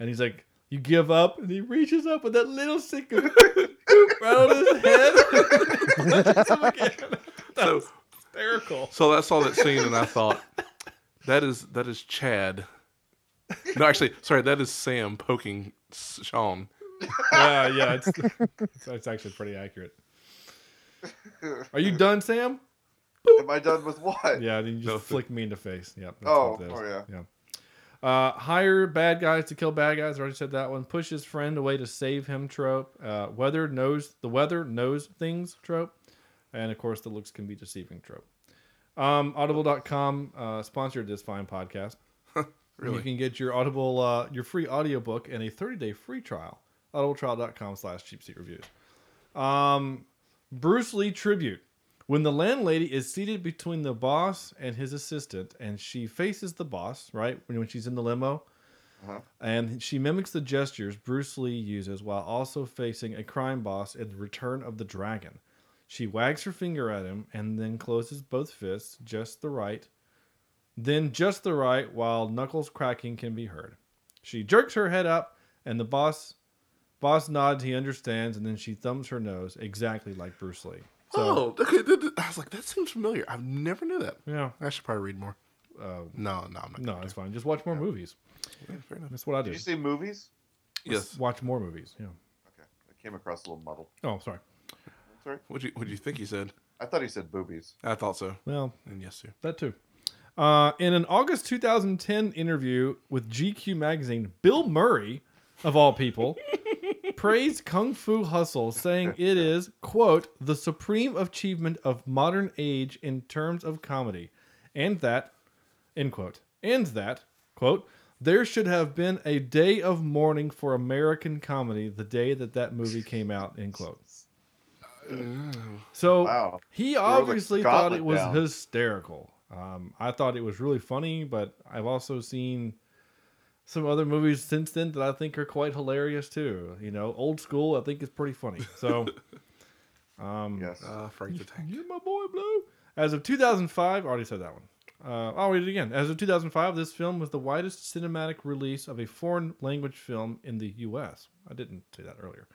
Speaker 4: and he's like, "You give up," and he reaches up with that little stick of right on his head. punches him again.
Speaker 7: So
Speaker 4: Hysterical.
Speaker 7: So I saw that scene and I thought, that is that is Chad. No, actually, sorry, that is Sam poking S- Sean.
Speaker 4: yeah, yeah, it's, it's, it's actually pretty accurate. Are you done, Sam?
Speaker 6: Am I done with what?
Speaker 4: Yeah, you just
Speaker 7: No.
Speaker 4: flick me in the face. Yep. that's
Speaker 6: Oh,
Speaker 4: what it is.
Speaker 6: oh, yeah.
Speaker 4: Yeah. Uh, hire bad guys to kill bad guys. I already said that one. Push his friend away to save him trope. Uh, weather knows the weather knows things trope, and of course the looks can be deceiving trope. Um, Audible.com uh, sponsored this fine podcast. You
Speaker 7: Really?
Speaker 4: can get your Audible, uh, your free audiobook and a 30-day free trial. Audibletrial.com slash cheap seat reviews. Um, Bruce Lee tribute. When the landlady is seated between the boss and his assistant and she faces the boss, right, when, when she's in the limo, and she mimics the gestures Bruce Lee uses while also facing a crime boss in the Return of the Dragon. She wags her finger at him and then closes both fists just the right then just the right while knuckles cracking can be heard. She jerks her head up and the boss boss nods he understands and then she thumbs her nose exactly like Bruce Lee. So
Speaker 7: Oh, okay. th- th- I was like, that seems familiar. I've never knew that.
Speaker 4: yeah.
Speaker 7: I should probably read more.
Speaker 4: Uh,
Speaker 7: No, no, I'm not.
Speaker 4: no, it's fine. Just watch more movies.
Speaker 7: Yeah, fair enough.
Speaker 4: That's what I do.
Speaker 6: Did you say movies?
Speaker 7: Yes.
Speaker 4: Watch more movies. Yeah.
Speaker 6: Okay, I came across a little muddled.
Speaker 4: Oh, sorry.
Speaker 6: Sorry,
Speaker 7: What you What you think you said?
Speaker 6: I thought he said boobies.
Speaker 7: I thought so.
Speaker 4: Well,
Speaker 7: And yes, sir.
Speaker 4: that too. Uh, in an August 2010 interview with GQ magazine, Bill Murray, of all people, praised Kung Fu Hustle, saying it is, quote, the supreme achievement of modern age in terms of comedy, and that, end quote, and that, quote, there should have been a day of mourning for American comedy the day that that movie came out, end quote.
Speaker 7: Mm.
Speaker 4: So
Speaker 6: Wow.
Speaker 4: he
Speaker 6: like
Speaker 4: obviously thought it
Speaker 6: Scotland
Speaker 4: was
Speaker 6: down.
Speaker 4: hysterical. Um, I thought it was really funny, but I've also seen some other movies since then that I think are quite hilarious too. You know, old school, I think is pretty funny. So,
Speaker 6: Yes.
Speaker 7: Uh, Frank the Tank.
Speaker 4: you my boy, Blue. As of 2005, I already said that one. Uh, I'll read it again. As of 2005, this film was the widest cinematic release of a foreign language film in the U.S. I didn't say that earlier.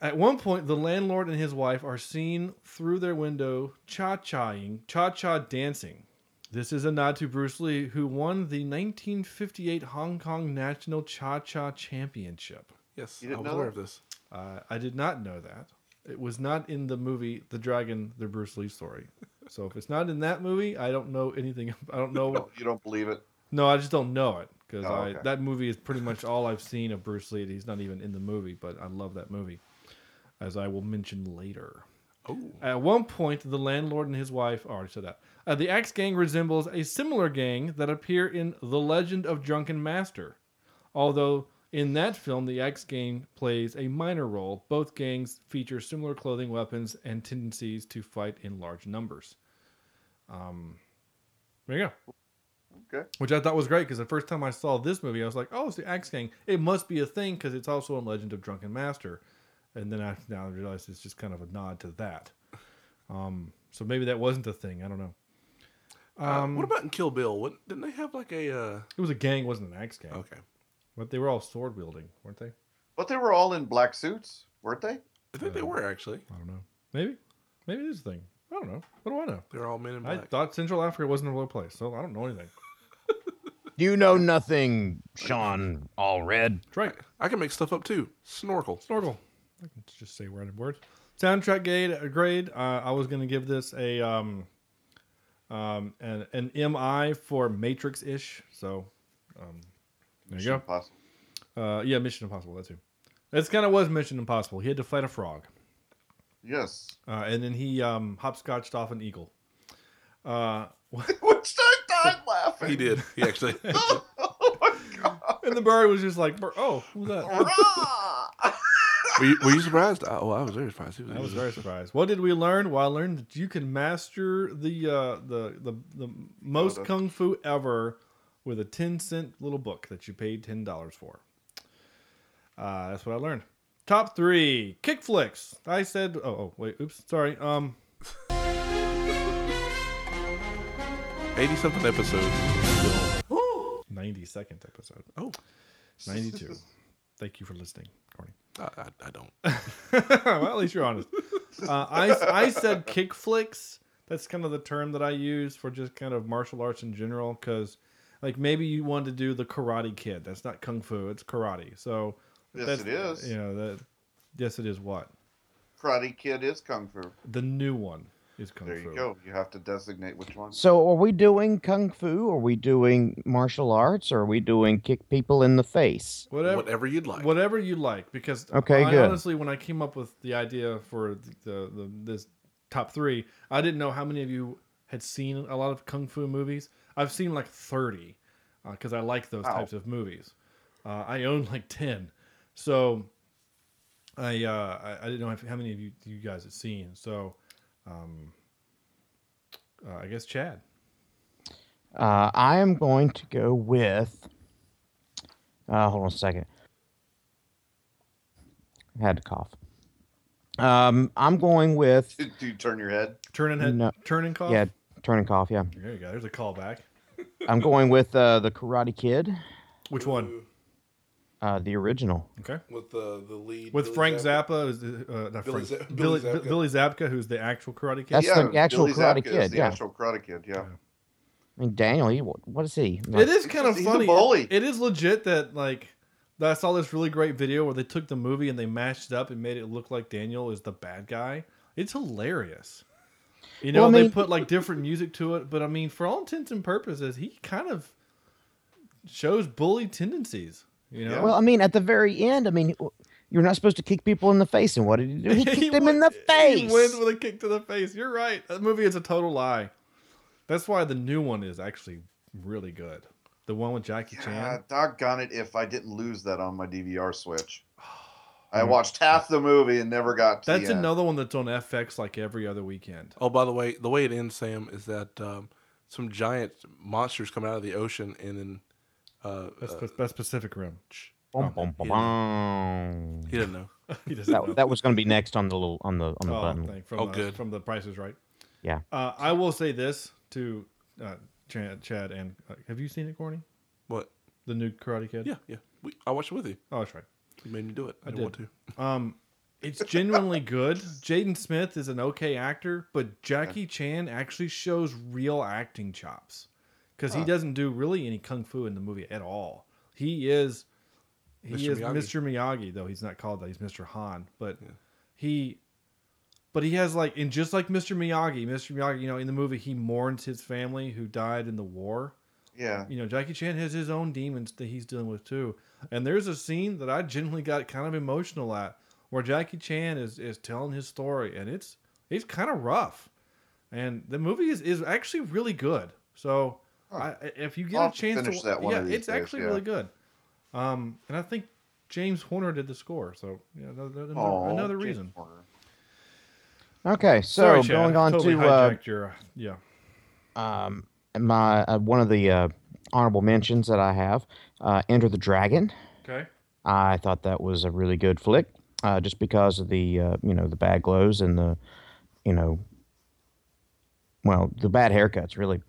Speaker 4: At one point, the landlord and his wife are seen through their window cha-chaing, cha-cha dancing. This is a nod to Bruce Lee, who won the 1958 Hong Kong National Cha-Cha Championship.
Speaker 7: Yes,
Speaker 6: You didn't
Speaker 7: I was
Speaker 6: know
Speaker 7: aware
Speaker 6: that?
Speaker 7: of this.
Speaker 4: Uh, I did not know that. It was not in the movie The Dragon, the Bruce Lee story. So if it's not in that movie, I don't know anything. I don't know.
Speaker 6: you don't believe it?
Speaker 4: no, I just don't know it because
Speaker 6: Oh, okay.
Speaker 4: I that movie is pretty much all I've seen of Bruce Lee. He's not even in the movie, but I love that movie, as I will mention later.
Speaker 7: Oh,
Speaker 4: At one point, the landlord and his wife I already said that. Uh, the Axe Gang resembles a similar gang that appear in The Legend of Drunken Master. Although in that film, the Axe Gang plays a minor role, both gangs feature similar clothing, weapons, and tendencies to fight in large numbers. Um, there you go.
Speaker 6: Okay.
Speaker 4: Which I thought was great because the first time I saw this movie, I was like, "Oh, it's the Axe Gang. It must be a thing because it's also in Legend of Drunken Master." And then I now I realized it's just kind of a nod to that. Um, so maybe that wasn't a thing. I don't know.
Speaker 7: um, what about in Kill Bill? What didn't they have like a? Uh...
Speaker 4: It was a gang, wasn't an axe gang.
Speaker 7: Okay,
Speaker 4: But they were all sword wielding, weren't they?
Speaker 6: But they were all in black suits, weren't they?
Speaker 7: I think they were actually.
Speaker 4: I don't know. Maybe. Maybe it is a thing. I don't know. What do I know?
Speaker 7: They were all men in
Speaker 4: I
Speaker 7: black.
Speaker 4: thought Central Africa wasn't a real place, so I don't know anything.
Speaker 5: You know nothing, Sean Allred.
Speaker 4: That's right.
Speaker 7: I can make stuff up too. Snorkel.
Speaker 4: Snorkel. I can just say word and word. Soundtrack grade. uh, Grade. Uh, I was gonna give this a um, um, an, an MI for Matrix ish. So, um, there you
Speaker 6: Mission
Speaker 4: go.
Speaker 6: Impossible.
Speaker 4: Uh, yeah, Mission Impossible. That's who. That's kind of was Mission Impossible. He had to fight a frog.
Speaker 6: Yes.
Speaker 4: Uh, and then he um, hopscotched off an eagle. Uh,
Speaker 6: Which I died laughing.
Speaker 7: He did. He actually.
Speaker 4: and the bird was just like, "Bur- oh, who's that?
Speaker 6: Rah!
Speaker 7: were, you, were you surprised? I, oh, I was very surprised. He was,
Speaker 4: I was very surprised. What did we learn? Well, I learned that you can master the uh, the, the the most
Speaker 6: Soda.
Speaker 4: kung fu ever with a 10 cent little book that you paid $10 for. Uh, that's what I learned. Top three kick flicks. I said, oh, oh wait, oops, sorry. Um,
Speaker 7: eighty something episodes.
Speaker 4: 90 second episode,
Speaker 7: Oh,
Speaker 4: 92. Thank you for listening, Corny.
Speaker 7: I, I, I don't.
Speaker 4: well, at least you're honest. Uh, I, I said kick flicks that's kind of the term that I use for just kind of martial arts in general. Because, like, maybe you want to do the Karate Kid. That's not kung fu. It's karate. So
Speaker 6: Yes,
Speaker 4: that's,
Speaker 6: it is.
Speaker 4: You know that. Yes, it is. What
Speaker 6: Karate Kid is kung fu.
Speaker 4: the new one is kung
Speaker 6: There
Speaker 4: fu.
Speaker 6: you go. You have to designate which one.
Speaker 5: So, are we doing kung fu? Are we doing martial arts? Or are we doing kick people in the face?
Speaker 4: Whatever.
Speaker 7: Whatever you'd like.
Speaker 4: Whatever you like, because
Speaker 5: Okay,
Speaker 4: I
Speaker 5: good.
Speaker 4: honestly, when I came up with the idea for the, the, the this top three, I didn't know how many of you had seen a lot of kung fu movies. I've seen like thirty because I like those
Speaker 6: Wow.
Speaker 4: types of movies. Uh, I own like ten, so I uh, I, I didn't know if- how many of you you guys had seen. So, um, uh, I guess Chad.
Speaker 5: Uh, I am going to go with. Uh, hold on a second. I had to cough. Um, I'm going with
Speaker 6: Do you turn your head?
Speaker 4: Turn and head,
Speaker 5: No.
Speaker 4: turn and cough.
Speaker 5: yeah, turn and cough. Yeah,
Speaker 4: there you go. There's a callback.
Speaker 5: I'm going with uh, the Karate Kid,
Speaker 4: Which one?
Speaker 5: uh, the original.
Speaker 4: Okay.
Speaker 7: with the the lead
Speaker 4: with
Speaker 7: Billy
Speaker 4: Frank
Speaker 7: Zappa.
Speaker 4: Zappa, who's the, uh, not
Speaker 7: Billy
Speaker 4: Frank,
Speaker 7: Zap-
Speaker 4: Billy,
Speaker 7: Billy
Speaker 4: Billy,
Speaker 7: Zapka.
Speaker 4: Zapka, who's the actual Karate Kid.
Speaker 5: That's the actual
Speaker 6: Billy
Speaker 5: Karate
Speaker 6: Zabka is
Speaker 5: Kid,
Speaker 6: The
Speaker 5: yeah.
Speaker 6: actual Karate Kid. Yeah.
Speaker 5: I mean, Daniel, he, what is he?
Speaker 4: It is kind of
Speaker 6: He's a
Speaker 4: funny.
Speaker 6: bully.
Speaker 4: It is legit that like I saw this really great video where they took the movie and they mashed it up and made it look like Daniel is the bad guy. It's hilarious. You know,
Speaker 5: Well, I
Speaker 4: they
Speaker 5: mean-
Speaker 4: put like different music to it, but I mean, for all intents and purposes, he kind of shows bully tendencies. You know,
Speaker 5: Well, I mean, at the very end, I mean, you're not supposed to kick people in the face, and what did he do? He kicked them in the
Speaker 4: went-
Speaker 5: face.
Speaker 4: He wins with a kick to the face. You're right. That movie is a total lie. That's why the new one is actually really good. The one with Jackie
Speaker 6: Ah,
Speaker 4: Chan.
Speaker 6: doggone it! If I didn't lose that on my DVR switch, I watched half the movie and never got. To
Speaker 4: That's
Speaker 6: the end.
Speaker 4: another one that's on FX like every other weekend.
Speaker 7: Oh, by the way, the way it ends, Sam, is that um, some giant monsters come out of the ocean and then uh,
Speaker 4: That's,
Speaker 7: uh,
Speaker 4: that's Pacific Rim.
Speaker 5: Bum, bum, bum, bum.
Speaker 7: he didn't know.
Speaker 4: He doesn't know.
Speaker 5: That, that was going to be next on the little on the on the
Speaker 4: oh,
Speaker 5: button.
Speaker 4: thing from
Speaker 7: Oh,
Speaker 4: the,
Speaker 7: good.
Speaker 4: From the Price is Right.
Speaker 5: Yeah.
Speaker 4: Uh, I will say this to uh, Chad, Chad and uh, have you seen it, Corny?
Speaker 7: What?
Speaker 4: The new Karate Kid.
Speaker 7: Yeah, yeah. We, I watched it with you.
Speaker 4: Oh, that's right.
Speaker 7: You made me do it. I, didn't want to.
Speaker 4: Um, it's genuinely good. Jaden Smith is an okay actor, but Jackie Chan actually shows real acting chops because he doesn't do really any kung fu in the movie at all. He is he
Speaker 7: Mr.
Speaker 4: is
Speaker 7: Miyagi.
Speaker 4: Mr. Miyagi, though he's not called that. He's Mr. Han, but he. But he has like, and just like Mr. Miyagi, Mr. Miyagi, you know, in the movie, he mourns his family who died in the war
Speaker 6: Yeah.
Speaker 4: you know, Jackie Chan has his own demons that he's dealing with too. And there's a scene that I generally got kind of emotional at where Jackie Chan is, is telling his story and it's it's kind of rough. And the movie is, is actually really good. So I, if you get
Speaker 6: I'll
Speaker 4: a chance
Speaker 6: finish
Speaker 4: to
Speaker 6: that one
Speaker 4: yeah,
Speaker 6: of these
Speaker 4: it's
Speaker 6: days,
Speaker 4: actually
Speaker 6: yeah.
Speaker 4: really good. Um, and I think James Horner did the score, so yeah, another, another,
Speaker 6: Aw,
Speaker 4: another
Speaker 6: James
Speaker 4: reason.
Speaker 6: Horner.
Speaker 5: Okay, so
Speaker 4: Sorry, Chad,
Speaker 5: going on
Speaker 4: totally
Speaker 5: to uh,
Speaker 4: hijacked your yeah.
Speaker 5: um, my uh, one of the uh, honorable mentions that I have, uh, Enter the Dragon.
Speaker 4: Okay.
Speaker 5: I thought that was a really good flick, uh, just because of the uh, you know the bad glows and the you know well the bad haircuts really.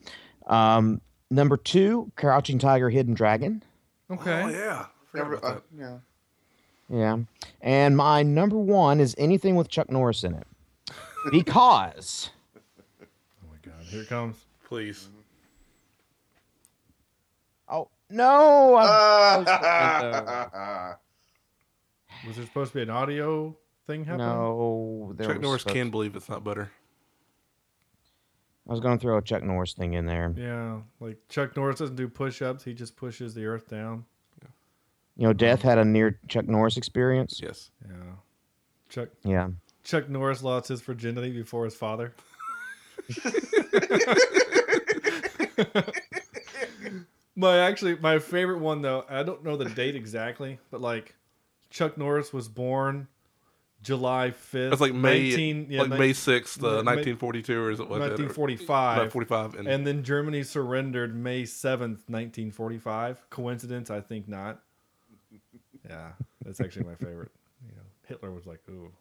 Speaker 5: Um, number two, Crouching Tiger, Hidden Dragon.
Speaker 4: Okay.
Speaker 7: Oh yeah. Forgot
Speaker 6: Never-
Speaker 7: about
Speaker 6: uh,
Speaker 7: that.
Speaker 6: yeah.
Speaker 5: Yeah. And my number one is anything with Chuck Norris in it. Because
Speaker 4: Oh my god, here it comes.
Speaker 7: Please.
Speaker 5: oh no,
Speaker 7: Uh,
Speaker 5: I'm-
Speaker 6: Ah,
Speaker 4: Was there supposed to be an audio thing happening?
Speaker 5: no, there
Speaker 7: Chuck
Speaker 5: was
Speaker 7: Norris
Speaker 5: supposed-
Speaker 7: can believe it's not butter.
Speaker 5: I was going to throw a Chuck Norris thing in there.
Speaker 4: Yeah, like Chuck Norris doesn't do push-ups; he just pushes the earth down.
Speaker 5: You know, Death had a near Chuck Norris experience.
Speaker 7: Yes.
Speaker 4: Yeah, Chuck
Speaker 5: Yeah.
Speaker 4: Chuck Norris lost his virginity before his father. my actually my favorite one though I don't know the date exactly, but like Chuck Norris was born July fifth.
Speaker 7: That's like May,
Speaker 4: 19, yeah,
Speaker 7: like
Speaker 4: ni-
Speaker 7: May sixth,
Speaker 4: May-
Speaker 7: uh, nineteen forty two, or is it what?
Speaker 4: 1945.
Speaker 7: Forty five, and,
Speaker 4: And then Germany surrendered May 7th, 1945. Coincidence? I think not. Yeah, that's actually my favorite. You know, Hitler was like, ooh,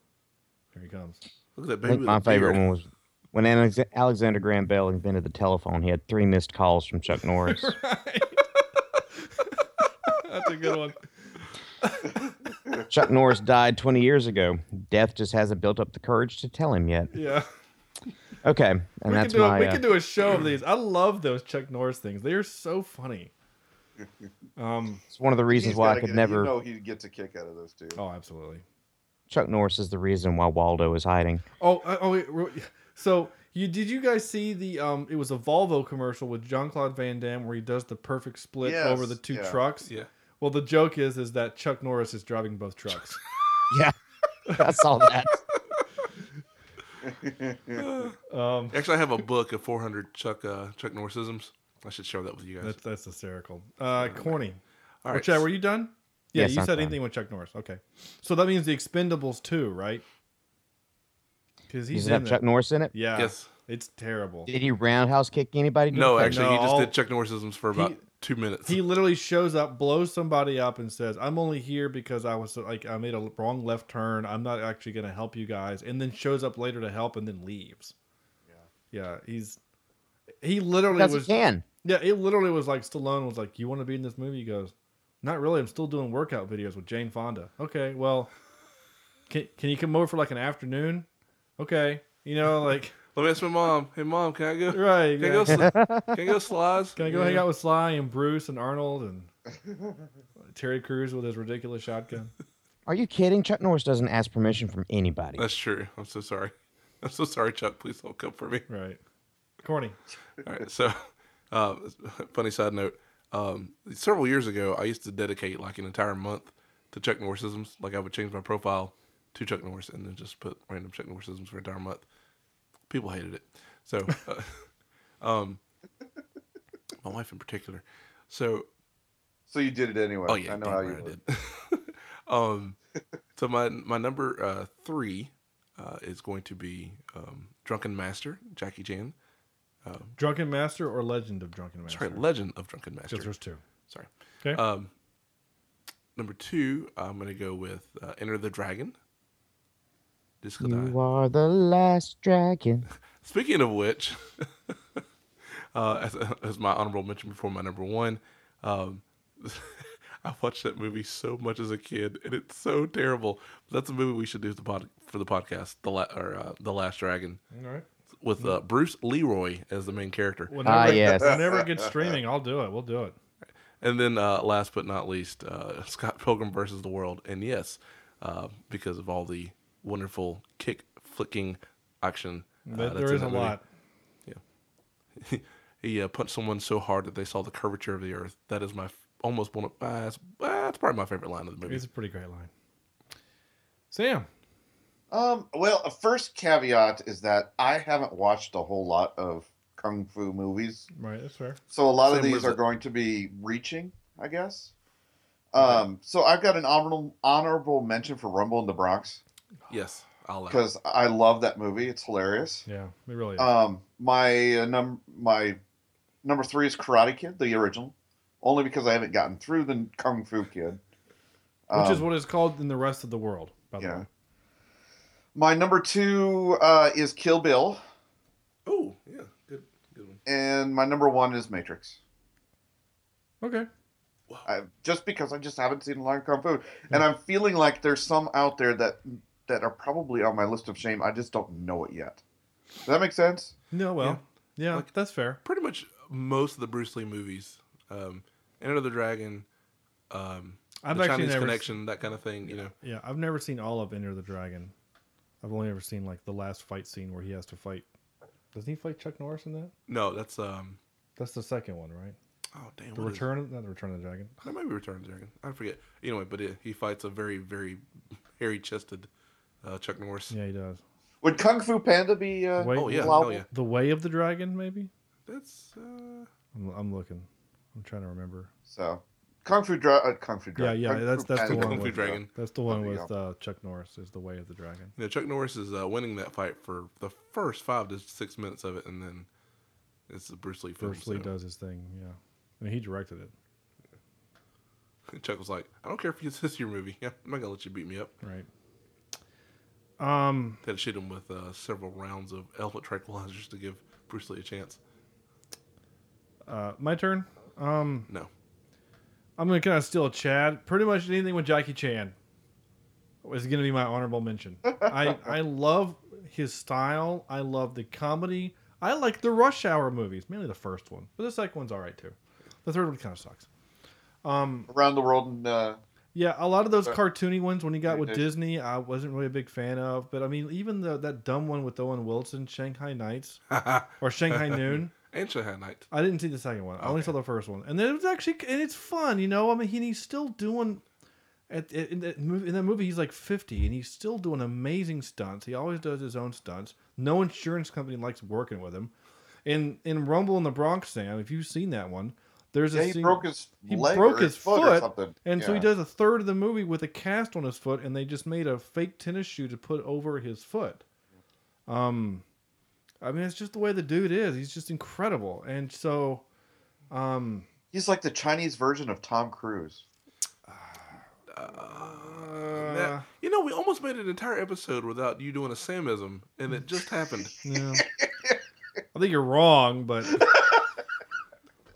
Speaker 4: here he comes.
Speaker 7: look at that
Speaker 5: I
Speaker 7: baby.
Speaker 5: think
Speaker 7: with
Speaker 5: my
Speaker 7: a beard.
Speaker 5: favorite one was when Alex- Alexander Graham Bell invented the telephone. He had three missed calls from Chuck Norris.
Speaker 4: That's a good one.
Speaker 5: Chuck Norris died 20 years ago. Death just hasn't built up the courage to tell him yet.
Speaker 4: Yeah.
Speaker 5: Okay, and
Speaker 4: we can
Speaker 5: that's
Speaker 4: do
Speaker 5: my.
Speaker 4: a, we
Speaker 5: uh,
Speaker 4: can do a show of these. I love those Chuck Norris things. They are so funny. Um.
Speaker 5: it's one of the reasons
Speaker 6: He's
Speaker 5: why I
Speaker 6: gotta
Speaker 5: could
Speaker 6: get-
Speaker 5: never.
Speaker 6: You know, he gets a kick out of this too.
Speaker 4: Oh, absolutely.
Speaker 5: Chuck Norris is the reason why Waldo is hiding.
Speaker 4: Oh, uh, oh. Wait, real- so you did you guys see the um? It was a Volvo commercial with Jean Claude Van Damme where he does the perfect split
Speaker 6: Yes,
Speaker 4: over the two
Speaker 6: yeah.
Speaker 4: trucks.
Speaker 7: Yeah.
Speaker 4: Well, the joke is is that Chuck Norris is driving both trucks.
Speaker 5: Yeah, I saw that.
Speaker 4: Um,
Speaker 7: Actually, I have a book of 400 Chuck uh, Chuck Norrisisms. I should share that with you guys.
Speaker 4: that's that's hysterical. Uh, corny.
Speaker 7: All
Speaker 4: Well,
Speaker 7: right.
Speaker 4: Chad, were you done? Yeah,
Speaker 5: Yes,
Speaker 4: you
Speaker 5: I'm
Speaker 4: said
Speaker 5: done.
Speaker 4: anything with Chuck Norris. Okay, so that means the Expendables too, right? Because he's
Speaker 5: Does it
Speaker 4: in
Speaker 5: have
Speaker 4: that.
Speaker 5: Chuck Norris in it?
Speaker 4: yeah,
Speaker 7: Yes.
Speaker 4: it's terrible.
Speaker 5: Did he roundhouse kick anybody? to
Speaker 7: No,
Speaker 5: the face?
Speaker 7: actually, he
Speaker 4: No,
Speaker 7: just
Speaker 4: I'll-
Speaker 7: did Chuck Norrisisms for about
Speaker 4: He-
Speaker 7: two minutes.
Speaker 4: He literally shows up, blows somebody up, and says, "I'm only here because I was like I made a wrong left turn. I'm not actually going to help you guys." And then shows up later to help, and then leaves. Yeah, yeah, he's he literally
Speaker 5: Because
Speaker 4: was
Speaker 5: he can.
Speaker 4: yeah, it literally was like Stallone was like, "You want to be in this movie?" He goes, "Not really. I'm still doing workout videos with Jane Fonda." Okay, well, can can you come over for like an afternoon? Okay, you know, like
Speaker 7: Let me ask my mom. Hey, mom, can I go?
Speaker 4: right.
Speaker 7: Can I
Speaker 4: yeah.
Speaker 7: go? Sli- can I go slides?
Speaker 4: Can I go hang out with Sly and Bruce and Arnold and Terry Crews with his ridiculous shotgun?
Speaker 5: Are you kidding? Chuck Norris doesn't ask permission from anybody.
Speaker 7: That's true. I'm so sorry. I'm so sorry, Chuck. Please don't come for me.
Speaker 4: Right. Corny.
Speaker 7: All right. So, uh, funny side note. Um, several years ago, I used to dedicate like an entire month to Chuck Norrisisms. Like I would change my profile to Chuck Norris and then just put random Chuck Norrisisms for an entire month. People hated it. So, uh, um, my wife in particular. So
Speaker 6: So you did it anyway.
Speaker 7: Oh yeah,
Speaker 6: I know
Speaker 7: damn
Speaker 6: how
Speaker 7: right
Speaker 6: you
Speaker 7: I
Speaker 6: did.
Speaker 7: did. um, so my my number uh, three uh, is going to be um, Drunken Master Jackie Chan.
Speaker 4: Drunken Master or Legend of Drunken Master?
Speaker 7: Sorry, Legend of Drunken Master.
Speaker 4: Because there's two.
Speaker 7: Sorry.
Speaker 4: Okay.
Speaker 7: Um, number two, I'm going to go with uh, Enter the Dragon. Just 'cause I-
Speaker 5: You are the last dragon.
Speaker 7: Speaking of which, uh, as, as my honorable mention before my number one, um, I watched that movie so much as a kid, and it's so terrible. That's a movie we should do for the, pod, for the podcast, the la- or uh, the Last Dragon,
Speaker 4: All right.
Speaker 7: with uh, Bruce Leroy as the main character,
Speaker 4: Whenever,
Speaker 5: Ah, yes.
Speaker 4: whenever it gets streaming, I'll do it. We'll do it.
Speaker 7: Ah, and then uh, last but not least, uh, Scott Pilgrim versus the World, and yes, uh, because of all the wonderful kick flicking action, uh,
Speaker 4: But
Speaker 7: that's
Speaker 4: there
Speaker 7: in
Speaker 4: is
Speaker 7: that
Speaker 4: a
Speaker 7: movie.
Speaker 4: lot.
Speaker 7: he uh, punched someone so hard that they saw the curvature of the earth. That is my f- almost one of uh, that's, uh, it's probably my favorite line of the movie.
Speaker 4: It's a pretty great line. Sam.
Speaker 6: Um, well, a first caveat is that I haven't watched a whole lot of kung fu movies,
Speaker 4: Right, that's fair.
Speaker 6: so a lot of
Speaker 7: Same
Speaker 6: these
Speaker 7: with
Speaker 6: are
Speaker 7: it.
Speaker 6: going to be reaching, I guess. Um, so I've got an honorable honorable mention for Rumble in the Bronx
Speaker 7: Yes, I'll allow. it.
Speaker 6: because I love that movie. It's hilarious.
Speaker 4: Yeah, it really is.
Speaker 6: Um, my uh, num my number three is Karate Kid, the original, only because I haven't gotten through the Kung Fu Kid,
Speaker 4: Which is
Speaker 6: Um,
Speaker 4: what it's called in the rest of the world, by the
Speaker 6: yeah.
Speaker 4: way.
Speaker 6: My number two uh, is Kill Bill,
Speaker 7: Oh, yeah, good, good one.
Speaker 6: and my number one is Matrix.
Speaker 4: Okay.
Speaker 6: I, just because I just haven't seen a lot of kung fu,
Speaker 4: Hmm.
Speaker 6: and I'm feeling like there's some out there that that are probably on my list of shame. I just don't know it yet. Does that make sense?
Speaker 4: No, well. Yeah,
Speaker 7: Like-
Speaker 4: that's fair.
Speaker 7: Pretty much most of the Bruce Lee movies, um, Enter the Dragon, um,
Speaker 4: I've
Speaker 7: the
Speaker 4: actually
Speaker 7: Chinese
Speaker 4: never s-
Speaker 7: Connection, that kind of thing. You know,
Speaker 4: Yeah, I've never seen all of Enter the Dragon. I've only ever seen like the last fight scene where he has to fight. Doesn't he fight Chuck Norris in that?
Speaker 7: no, that's um,
Speaker 4: That's the second one, right?
Speaker 7: oh damn,
Speaker 4: The
Speaker 7: what is-
Speaker 4: Return, of, not the Return of the Dragon.
Speaker 7: That might be Return of the Dragon. I forget. Anyway, but it, he fights a very, very hairy-chested uh, Chuck Norris.
Speaker 4: Yeah, he does.
Speaker 6: Would Kung Fu Panda be? Uh,
Speaker 4: Wait,
Speaker 7: Oh yeah,
Speaker 6: Well-
Speaker 7: hell yeah.
Speaker 4: The Way of the Dragon, maybe.
Speaker 7: That's uh,
Speaker 4: I'm, I'm looking. I'm trying to remember.
Speaker 6: So, Kung Fu Dra- uh, Kung Fu
Speaker 4: Yeah,
Speaker 6: Dragon.
Speaker 4: yeah, that's that's the one
Speaker 7: Kung Fu
Speaker 4: with uh,
Speaker 7: Dragon.
Speaker 4: that's the one
Speaker 6: There you
Speaker 4: with uh, Chuck Norris is the Way of the Dragon.
Speaker 7: You know, Chuck Norris is uh, winning that fight for the first five to six minutes of it, and then it's the Bruce Lee film.
Speaker 4: Bruce Lee
Speaker 7: so
Speaker 4: does his thing. Yeah, and he directed it.
Speaker 7: Chuck was like, "I don't care if this is your movie. Yeah, I'm not gonna let you beat me up."
Speaker 4: Right. Um.
Speaker 7: They had to shoot him with uh, several rounds of elephant tranquilizers to give Bruce Lee a chance.
Speaker 4: Uh. My turn. Um.
Speaker 7: No,
Speaker 4: I'm gonna kind of steal Chad. Pretty much anything with Jackie Chan is gonna be my honorable mention. I I love his style. I love the comedy. I like the Rush Hour movies, mainly the first one, but the second one's all right too. The third one kind of sucks. Um,
Speaker 6: Around the world and uh,
Speaker 4: yeah, a lot of those cartoony ones when you got with
Speaker 6: Mhm.
Speaker 4: Disney, I wasn't really a big fan of. But I mean, even the, that dumb one with Owen Wilson, Shanghai Nights or Shanghai Noon.
Speaker 7: and Shanghai Night.
Speaker 4: I didn't see the second one. I only
Speaker 7: Okay.
Speaker 4: saw the first one, and then it was actually and it's fun, you know. I mean, he, and he's still doing at, at- in that movie. In that movie, he's like fifty, and he's still doing amazing stunts. He always does his own stunts. No insurance company likes working with him. In in Rumble in the Bronx, Sam, if you've seen that one, there's
Speaker 6: yeah,
Speaker 4: a
Speaker 6: he
Speaker 4: scene-
Speaker 6: broke his
Speaker 4: he
Speaker 6: leg
Speaker 4: broke
Speaker 6: or
Speaker 4: his
Speaker 6: or
Speaker 4: foot,
Speaker 6: something.
Speaker 4: and so he
Speaker 6: Yeah.
Speaker 4: does a third of the movie with a cast on his foot, and they just made a fake tennis shoe to put over his foot. Um, I mean, it's just the way the dude is. He's just incredible, and so, um,
Speaker 6: He's like the Chinese version of Tom Cruise.
Speaker 4: uh,
Speaker 7: That- you know, we almost made an entire episode without you doing a Samism, and it just happened.
Speaker 4: yeah. I think you're wrong, but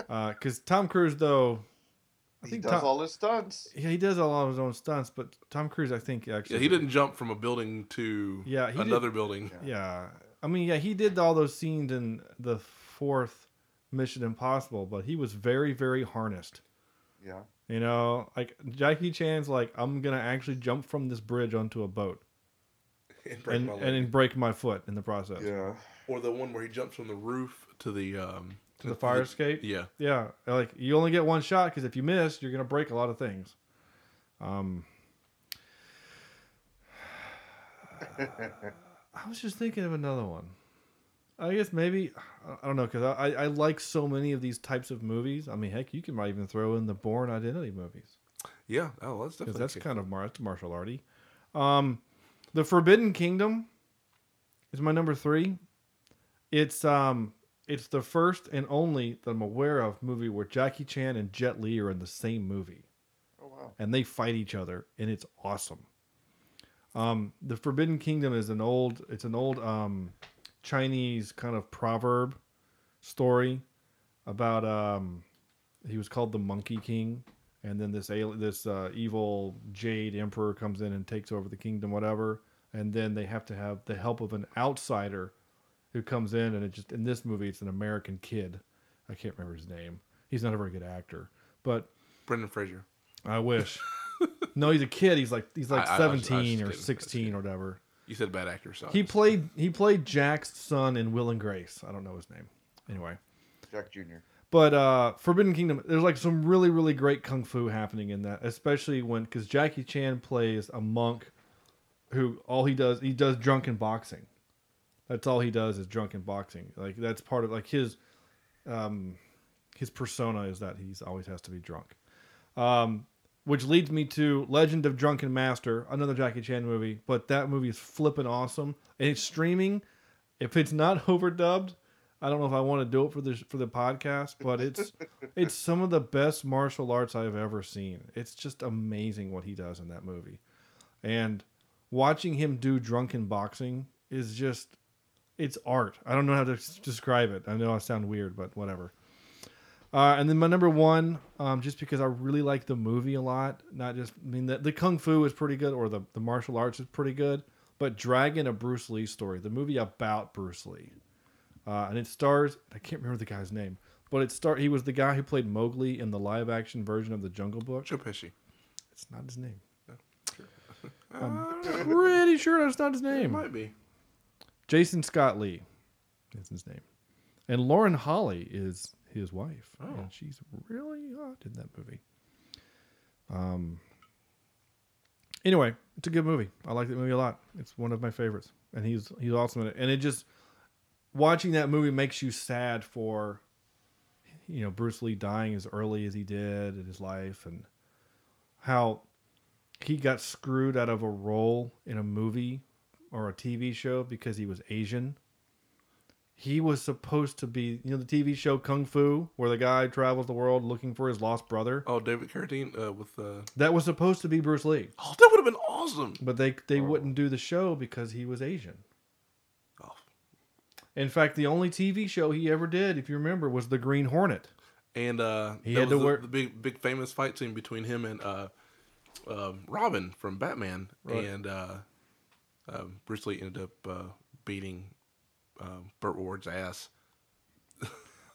Speaker 4: because Tom Cruise, though, I
Speaker 6: He
Speaker 4: think
Speaker 6: does
Speaker 4: Tom,
Speaker 6: all his stunts.
Speaker 4: yeah, he does a lot of his own stunts, but Tom Cruise, I think, actually,
Speaker 7: Yeah, he didn't jump from a building to
Speaker 4: Yeah, he
Speaker 7: another building.
Speaker 4: Yeah. I mean, yeah, he did all those scenes in the fourth Mission Impossible, but he was very, very harnessed.
Speaker 6: Yeah.
Speaker 4: You know, like Jackie Chan's like, I'm gonna actually jump from this bridge onto a boat
Speaker 7: And break
Speaker 4: and
Speaker 7: my leg.
Speaker 4: and then break my foot in the process.
Speaker 6: Yeah.
Speaker 7: or the one where he jumps from the roof to the um
Speaker 4: To the fire escape.
Speaker 7: Yeah,
Speaker 4: Yeah, like you only get one shot because if you miss, you're gonna break a lot of things. Um, I was just thinking of another one. I guess maybe I- I don't know because I, I like so many of these types of movies. I mean, heck, you can might even throw in the Born Identity movies
Speaker 7: yeah. Oh,
Speaker 4: because
Speaker 7: that's definitely
Speaker 4: that's
Speaker 7: good.
Speaker 4: kind of mar- that's martial arty. Um, the Forbidden Kingdom is my number three. It's um, it's the first and only that I'm aware of movie where Jackie Chan and Jet Li are in the same movie,
Speaker 6: Oh wow.
Speaker 4: and they fight each other, and it's awesome. Um, the Forbidden Kingdom is an old, it's an old um, Chinese kind of proverb story about um, he was called the Monkey King, and then this al- this uh, evil jade emperor comes in and takes over the kingdom, whatever. And then they have to have the help of an outsider who comes in, and it just in this movie it's an American kid. I can't remember his name. He's not a very good actor, but
Speaker 7: Brendan Fraser.
Speaker 4: I wish. no, he's a kid. He's like he's like
Speaker 7: I- I- I was- I was just
Speaker 4: seventeen or
Speaker 7: kidding. I was
Speaker 4: sixteen or whatever.
Speaker 7: You said bad actor, so I
Speaker 4: He
Speaker 7: Oh, just-
Speaker 4: played he played Jack's son in Will and Grace. I don't know his name. Anyway.
Speaker 6: Jack Jr.
Speaker 4: But uh, Forbidden Kingdom, there's like some really, really great kung fu happening in that, especially when because Jackie Chan plays a monk who all he does he does drunken boxing. That's all he does is drunken boxing. Like that's part of like his um, his persona is that he's always has to be drunk. Um, which leads me to Legend of Drunken Master, another Jackie Chan movie, but that movie is flippin' awesome. And it's streaming. If it's not overdubbed, I don't know if I want to do it for this for the podcast, but it's it's some of the best martial arts I've ever seen. It's just amazing what he does in that movie. And watching him do drunken boxing is just it's art. I don't know how to s- describe it. I know I sound weird, but whatever. Uh, and then my number one, um, just because I really like the movie a lot, not just I mean the, the kung fu is pretty good or the, the martial arts is pretty good, but Dragon, a Bruce Lee story, the movie about Bruce Lee, uh, and it stars I can't remember the guy's name, but it star he was the guy who played Mowgli in the live action version of the Jungle Book.
Speaker 7: Joe Pesci.
Speaker 4: It's not his name. I'm pretty sure that's not his
Speaker 7: Uh, It
Speaker 4: name.
Speaker 7: might be.
Speaker 4: Jason Scott Lee is his name. And Lauren Holly is his wife.
Speaker 7: Oh.
Speaker 4: And she's really hot in that movie. Um anyway, it's a good movie. I like that movie a lot. It's one of my favorites. And he's he's awesome in it. And it just watching that movie makes you sad for you know, Bruce Lee dying as early as he did in his life and how he got screwed out of a role in a movie or a TV show because he was Asian. He was supposed to be, you know, the TV show Kung Fu, where the guy travels the world looking for his lost brother.
Speaker 7: Oh, David Carradine uh, with. Uh...
Speaker 4: That was supposed to be Bruce Lee,
Speaker 7: Oh, that would have been awesome.
Speaker 4: but they they wouldn't do the show because he was Asian.
Speaker 7: Oh.
Speaker 4: In fact, the only TV show he ever did, if you remember, was The Green Hornet.
Speaker 7: And uh,
Speaker 4: He
Speaker 7: that
Speaker 4: had
Speaker 7: was
Speaker 4: to
Speaker 7: the,
Speaker 4: wear-
Speaker 7: the big, big famous fight scene between him and uh, um Robin from Batman,
Speaker 4: Right.
Speaker 7: and uh, um, Bruce Lee ended up uh, beating um, Burt Ward's ass.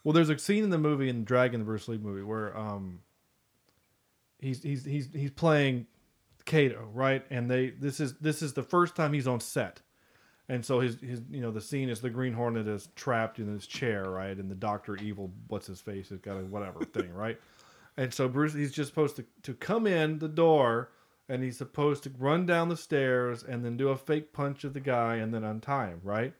Speaker 4: Well, there's a scene in the movie in Dragon, the Bruce Lee movie, where um, he's he's he's he's playing Kato, right? And they this is this is the first time he's on set, and so his his you know the scene is the Green Hornet is trapped in his chair, right? And the Doctor Evil, what's his face, has got a whatever thing, right? And so Bruce, he's just supposed to to come in the door, and he's supposed to run down the stairs and then do a fake punch at the guy and then untie him, right?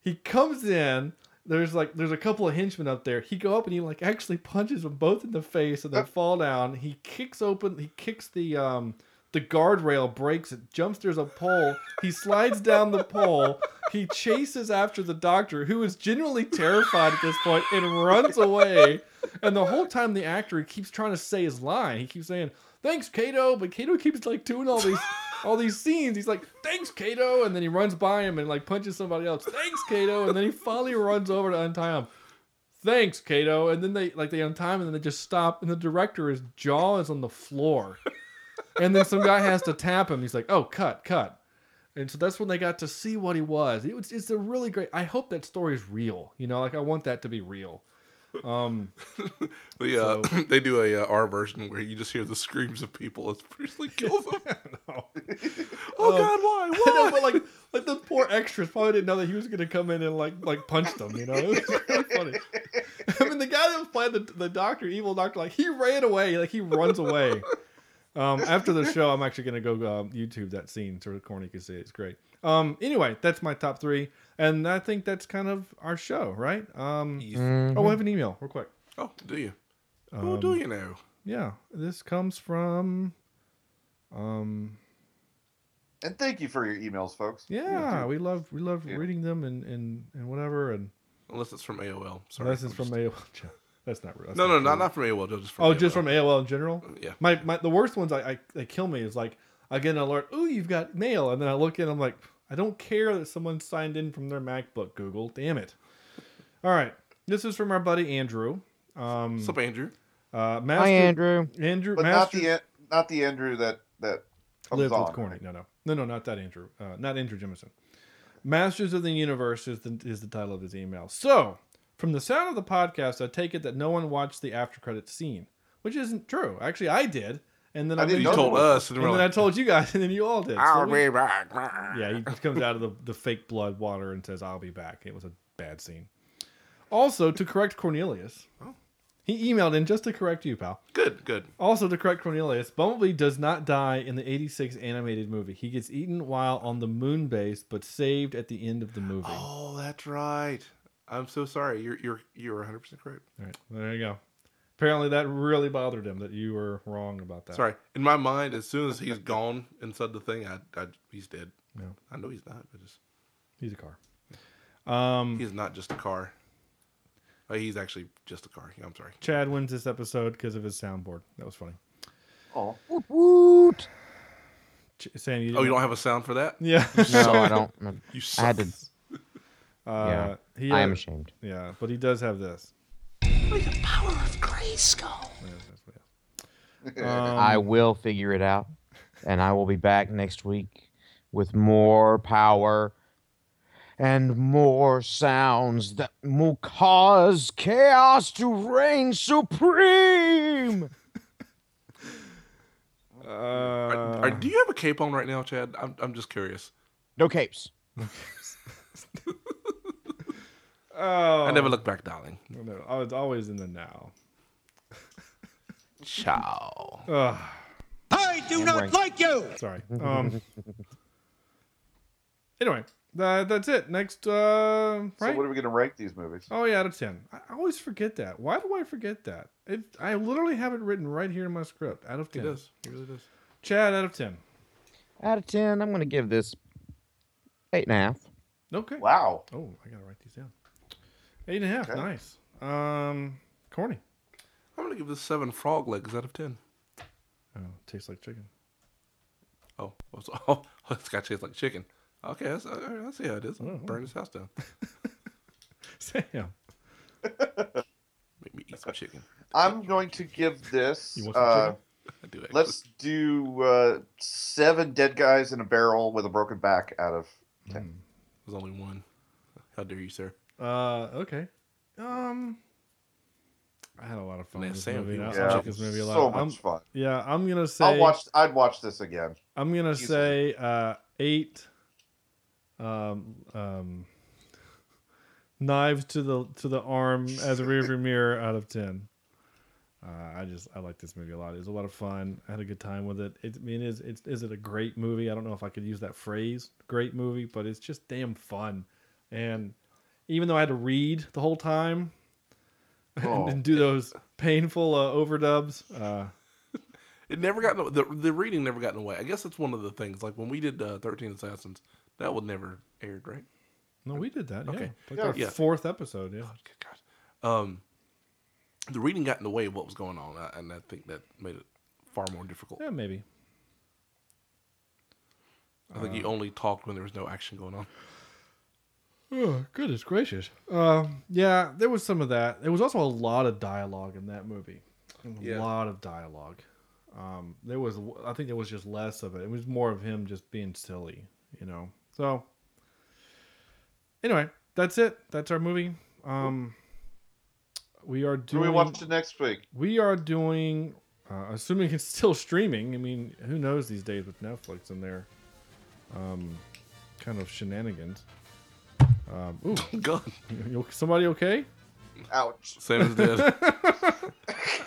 Speaker 4: He comes in there's like there's a couple of henchmen up there. He go up and he like actually punches them both in the face and they fall down. He kicks open he kicks the um the guardrail breaks it, jumps there's a pole, he slides down the pole, he chases after the doctor, who is genuinely terrified at this point, and runs away. And the whole time the actor keeps trying to say his line. He keeps saying, Thanks, Kato, but Kato keeps like doing all these all these scenes. He's like, "Thanks, Kato," and then he runs by him and like punches somebody else. Thanks, Kato, and then he finally runs over to untie him. Thanks, Kato, and then they like they untie him and then they just stop. And the director his jaw is on the floor, and then some guy has to tap him. He's like, "Oh, cut, cut," and so that's when they got to see what he was. It was it's a really great. I hope that story is real. You know, like I want that to be real. Um,
Speaker 7: The, uh, they do a uh, R version where you just hear the screams of people as Bruce Lee kills them. Oh God, why?
Speaker 4: I
Speaker 7: Why?
Speaker 4: know, but like, like the poor extras probably didn't know that he was gonna come in and like, like punch them. You know, it was really funny. I mean, the guy that was playing the, the doctor, evil doctor, like he ran away, like he runs away. Um, after the show, I'm actually gonna go um, YouTube that scene so Corny can see it. It's great. Um, anyway, that's my top three, and I think that's kind of our show, right? Um, oh, I have an email real quick.
Speaker 7: Oh, do you? oh,
Speaker 4: Um,
Speaker 7: do you know?
Speaker 4: Yeah, this comes from, um,
Speaker 6: And thank you for your emails, folks.
Speaker 4: Yeah, we love we love
Speaker 6: Yeah.
Speaker 4: reading them and and and whatever. And
Speaker 7: Unless it's from AOL. Sorry.
Speaker 4: this is
Speaker 7: I'm
Speaker 4: from
Speaker 7: just-
Speaker 4: AOL. That's not real. that's
Speaker 7: No, no,
Speaker 4: true.
Speaker 7: not not from AOL. Just from
Speaker 4: Oh,
Speaker 7: AOL.
Speaker 4: just from AOL in general.
Speaker 7: Yeah.
Speaker 4: My my the worst ones I, I they kill me is like I get an alert. Ooh, you've got mail, and then I look in. I'm like, I don't care that someone signed in from their MacBook. Google, damn it. All right, this is from our buddy Andrew. Um,
Speaker 7: What's up, Andrew?
Speaker 4: uh, Master
Speaker 5: Hi, Andrew.
Speaker 4: Andrew,
Speaker 6: But
Speaker 4: Master
Speaker 6: not the An- not the Andrew that that comes
Speaker 4: lived
Speaker 6: on.
Speaker 4: with Corny. No, no, no, no, not that Andrew. Uh, not Andrew Jemison. Masters of the Universe is the, is the title of his email. So, from the sound of the podcast, I take it that no one watched the after credit scene, which isn't true. Actually, I did, and then I,
Speaker 6: I didn't
Speaker 7: You
Speaker 6: know
Speaker 4: told,
Speaker 7: told
Speaker 6: there
Speaker 7: us, and,
Speaker 4: Mm. and
Speaker 7: we're
Speaker 4: then I
Speaker 7: like,
Speaker 4: told you guys, and then you all did. So
Speaker 7: I'll
Speaker 4: we-
Speaker 7: be back.
Speaker 4: yeah, he just comes out of the, the fake blood water and says, "I'll be back." It was a bad scene. Also, to correct Cornelius, he emailed in just to correct you, pal.
Speaker 7: Good, good.
Speaker 4: Also, to correct Cornelius, Bumblebee does not die in the 86 animated movie. He gets eaten while on the moon base, but saved at the end of the movie. All
Speaker 7: Oh, that's right. I'm so sorry. You're you're you're 100 percent correct.
Speaker 4: right, there you go. Apparently, that really bothered him that you were wrong about that.
Speaker 7: Sorry. In my mind, as soon as he's gone inside the thing, I, I he's dead.
Speaker 4: Yeah.
Speaker 7: I know he's not, but just,
Speaker 4: He's a car. Um,
Speaker 7: he's not just a car. Oh, he's actually just a car. Yeah, I'm sorry.
Speaker 4: Chad wins this episode because of his soundboard. That was funny.
Speaker 6: Oh,
Speaker 5: Woot.
Speaker 4: Ch- Sam, you
Speaker 7: Oh, you don't have a sound for that?
Speaker 4: Yeah.
Speaker 5: No, I don't.
Speaker 7: You
Speaker 5: I
Speaker 7: suck.
Speaker 5: had to.
Speaker 4: Uh, he,
Speaker 5: I am
Speaker 4: uh,
Speaker 5: ashamed.
Speaker 4: Yeah, but he does have this. Uh, Um,
Speaker 5: I will figure it out, and I will be back next week with more power and more sounds that will cause chaos to reign supreme.
Speaker 4: uh,
Speaker 7: Are- are- do you have a cape on right now, Chad? I'm, I'm just curious.
Speaker 5: No capes.
Speaker 4: Oh,
Speaker 7: I never look back, darling.
Speaker 4: no, I was always in the now.
Speaker 7: Ciao.
Speaker 4: Ugh,
Speaker 10: I do not like you.
Speaker 4: sorry. Um, anyway, tha- that's it. Next, uh,
Speaker 6: so
Speaker 4: right?
Speaker 6: what are we going to rank these movies?
Speaker 4: Oh yeah, out of ten. I I always forget that. Why do I forget that? It, I literally have it written right here in my script. Out of
Speaker 7: He
Speaker 4: ten.
Speaker 7: does. He really does.
Speaker 4: Chad, out of ten.
Speaker 5: Out of ten, I'm going to give this eight and a half.
Speaker 4: Okay.
Speaker 6: Wow.
Speaker 4: Oh, I gotta write these down. Eight and a half.
Speaker 6: Okay.
Speaker 4: Nice. Um, corny.
Speaker 7: I'm gonna give this seven frog legs out of ten.
Speaker 4: Oh, tastes like chicken.
Speaker 7: Oh, what's, oh, this guy tastes like chicken. Okay, that's, all right, I see how it is. I'll burn his house down.
Speaker 4: Sam.
Speaker 7: Make me eat some chicken.
Speaker 6: I'm going to give this.
Speaker 4: You want some
Speaker 6: Uh,
Speaker 4: chicken?
Speaker 7: I do actually.
Speaker 6: let's do uh, seven dead guys in a barrel with a broken back out of ten.
Speaker 7: was only one. How dare you, sir?
Speaker 4: Hmm. Uh, okay. Um, I had a lot of fun.
Speaker 7: Man,
Speaker 4: with this
Speaker 7: Sam,
Speaker 4: movie.
Speaker 7: he
Speaker 4: I
Speaker 7: was
Speaker 4: I
Speaker 7: awesome.
Speaker 4: like this movie a lot.
Speaker 6: So much
Speaker 4: I'm-
Speaker 6: fun.
Speaker 4: Yeah, I'm gonna say.
Speaker 6: I'll watch. I'd watch this again.
Speaker 4: I'm gonna
Speaker 6: Excuse
Speaker 4: say uh, eight. Um, um, knives to the to the arm as a rearview mirror out of ten. Uh, I just I like this movie a lot. It was a lot of fun. I had a good time with it. it I mean, is it's is it a great movie? I don't know if I could use that phrase, great movie, but it's just damn fun. And even though I had to read the whole time
Speaker 6: Oh.
Speaker 4: and, do those painful uh, overdubs, uh,
Speaker 7: It never got no, the the reading never got in the way. I guess that's one of the things. Like when we did uh, Thirteen Assassins, that would never aired, right?
Speaker 4: no, we did that.
Speaker 7: Okay.
Speaker 4: yeah, like
Speaker 6: Yeah.
Speaker 4: our
Speaker 7: Yeah.
Speaker 4: fourth episode. Yeah.
Speaker 7: God, Oh, good God. Um, the reading got in the way of what was going on, uh, and I think that made it far more difficult.
Speaker 4: Yeah, maybe.
Speaker 7: I think he only talked when there was no action going on.
Speaker 4: Oh, goodness gracious. Um, yeah, there was some of that. There was also a lot of dialogue in that movie. A
Speaker 7: Yeah.
Speaker 4: lot of dialogue. Um, there was, I think there was just less of it. It was more of him just being silly, you know. So, anyway, that's it. That's our movie. Um, we are
Speaker 6: Do
Speaker 4: doing.
Speaker 6: we watch it next week?
Speaker 4: We are doing, uh, assuming it's still streaming. I mean, who knows these days with Netflix and their um, kind of shenanigans. Um, ooh,
Speaker 7: God,
Speaker 4: you- somebody okay?
Speaker 6: Ouch.
Speaker 7: Sam is dead.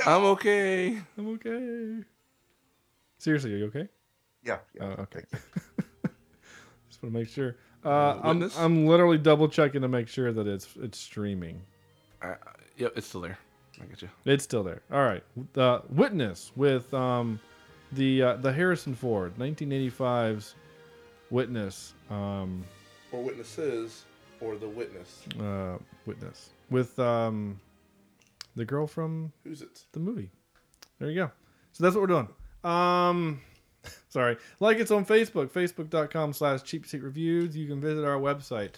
Speaker 7: I'm okay.
Speaker 4: I'm okay. Seriously, are you okay?
Speaker 6: Yeah. yeah.
Speaker 4: Oh, okay.
Speaker 6: thank you.
Speaker 4: Just want to make sure. Uh, I'm,
Speaker 7: witness?
Speaker 4: I'm literally double checking to make sure that it's it's streaming.
Speaker 7: I, I, yep, it's still there. I get you.
Speaker 4: It's still there. All right. Uh, Witness with um, the uh, the Harrison Ford 1985's Witness. Um,
Speaker 7: Or witnesses, or the witness.
Speaker 4: uh, Witness with um, the girl from
Speaker 7: Who's it?
Speaker 4: the movie. There you go. So that's what we're doing. Um, sorry. Like it's on Facebook, facebook.com slash cheap seat reviews. You can visit our website,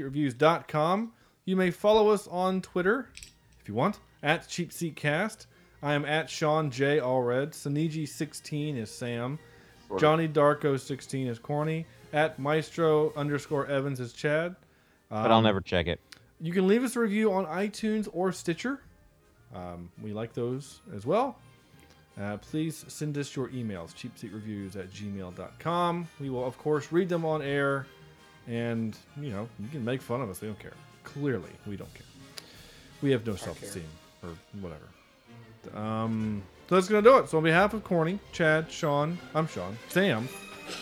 Speaker 4: cheapseatreviews.com. You may follow us on Twitter if you want, at Cheap Seat Cast. I am at Sean J. Allred. Saniji16 is Sam. Johnny Darko16 is Corny. At Maestro underscore Evans is Chad.
Speaker 5: but I'll never check it.
Speaker 4: You can leave us a review on iTunes or Stitcher. Um, we like those as well. Uh, please send us your emails, cheapseatreviews at gmail.com. We will, of course, read them on air. And, you know, you can make fun of us. We don't care. Clearly, we don't care. We have no self esteem or whatever. Um, so that's going to do it. So, on behalf of Corny, Chad, Sean, I'm Sean, Sam,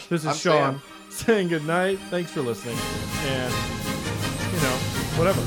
Speaker 4: this is
Speaker 6: I'm
Speaker 4: Sean saying good night. Thanks for listening. And, you know, whatever.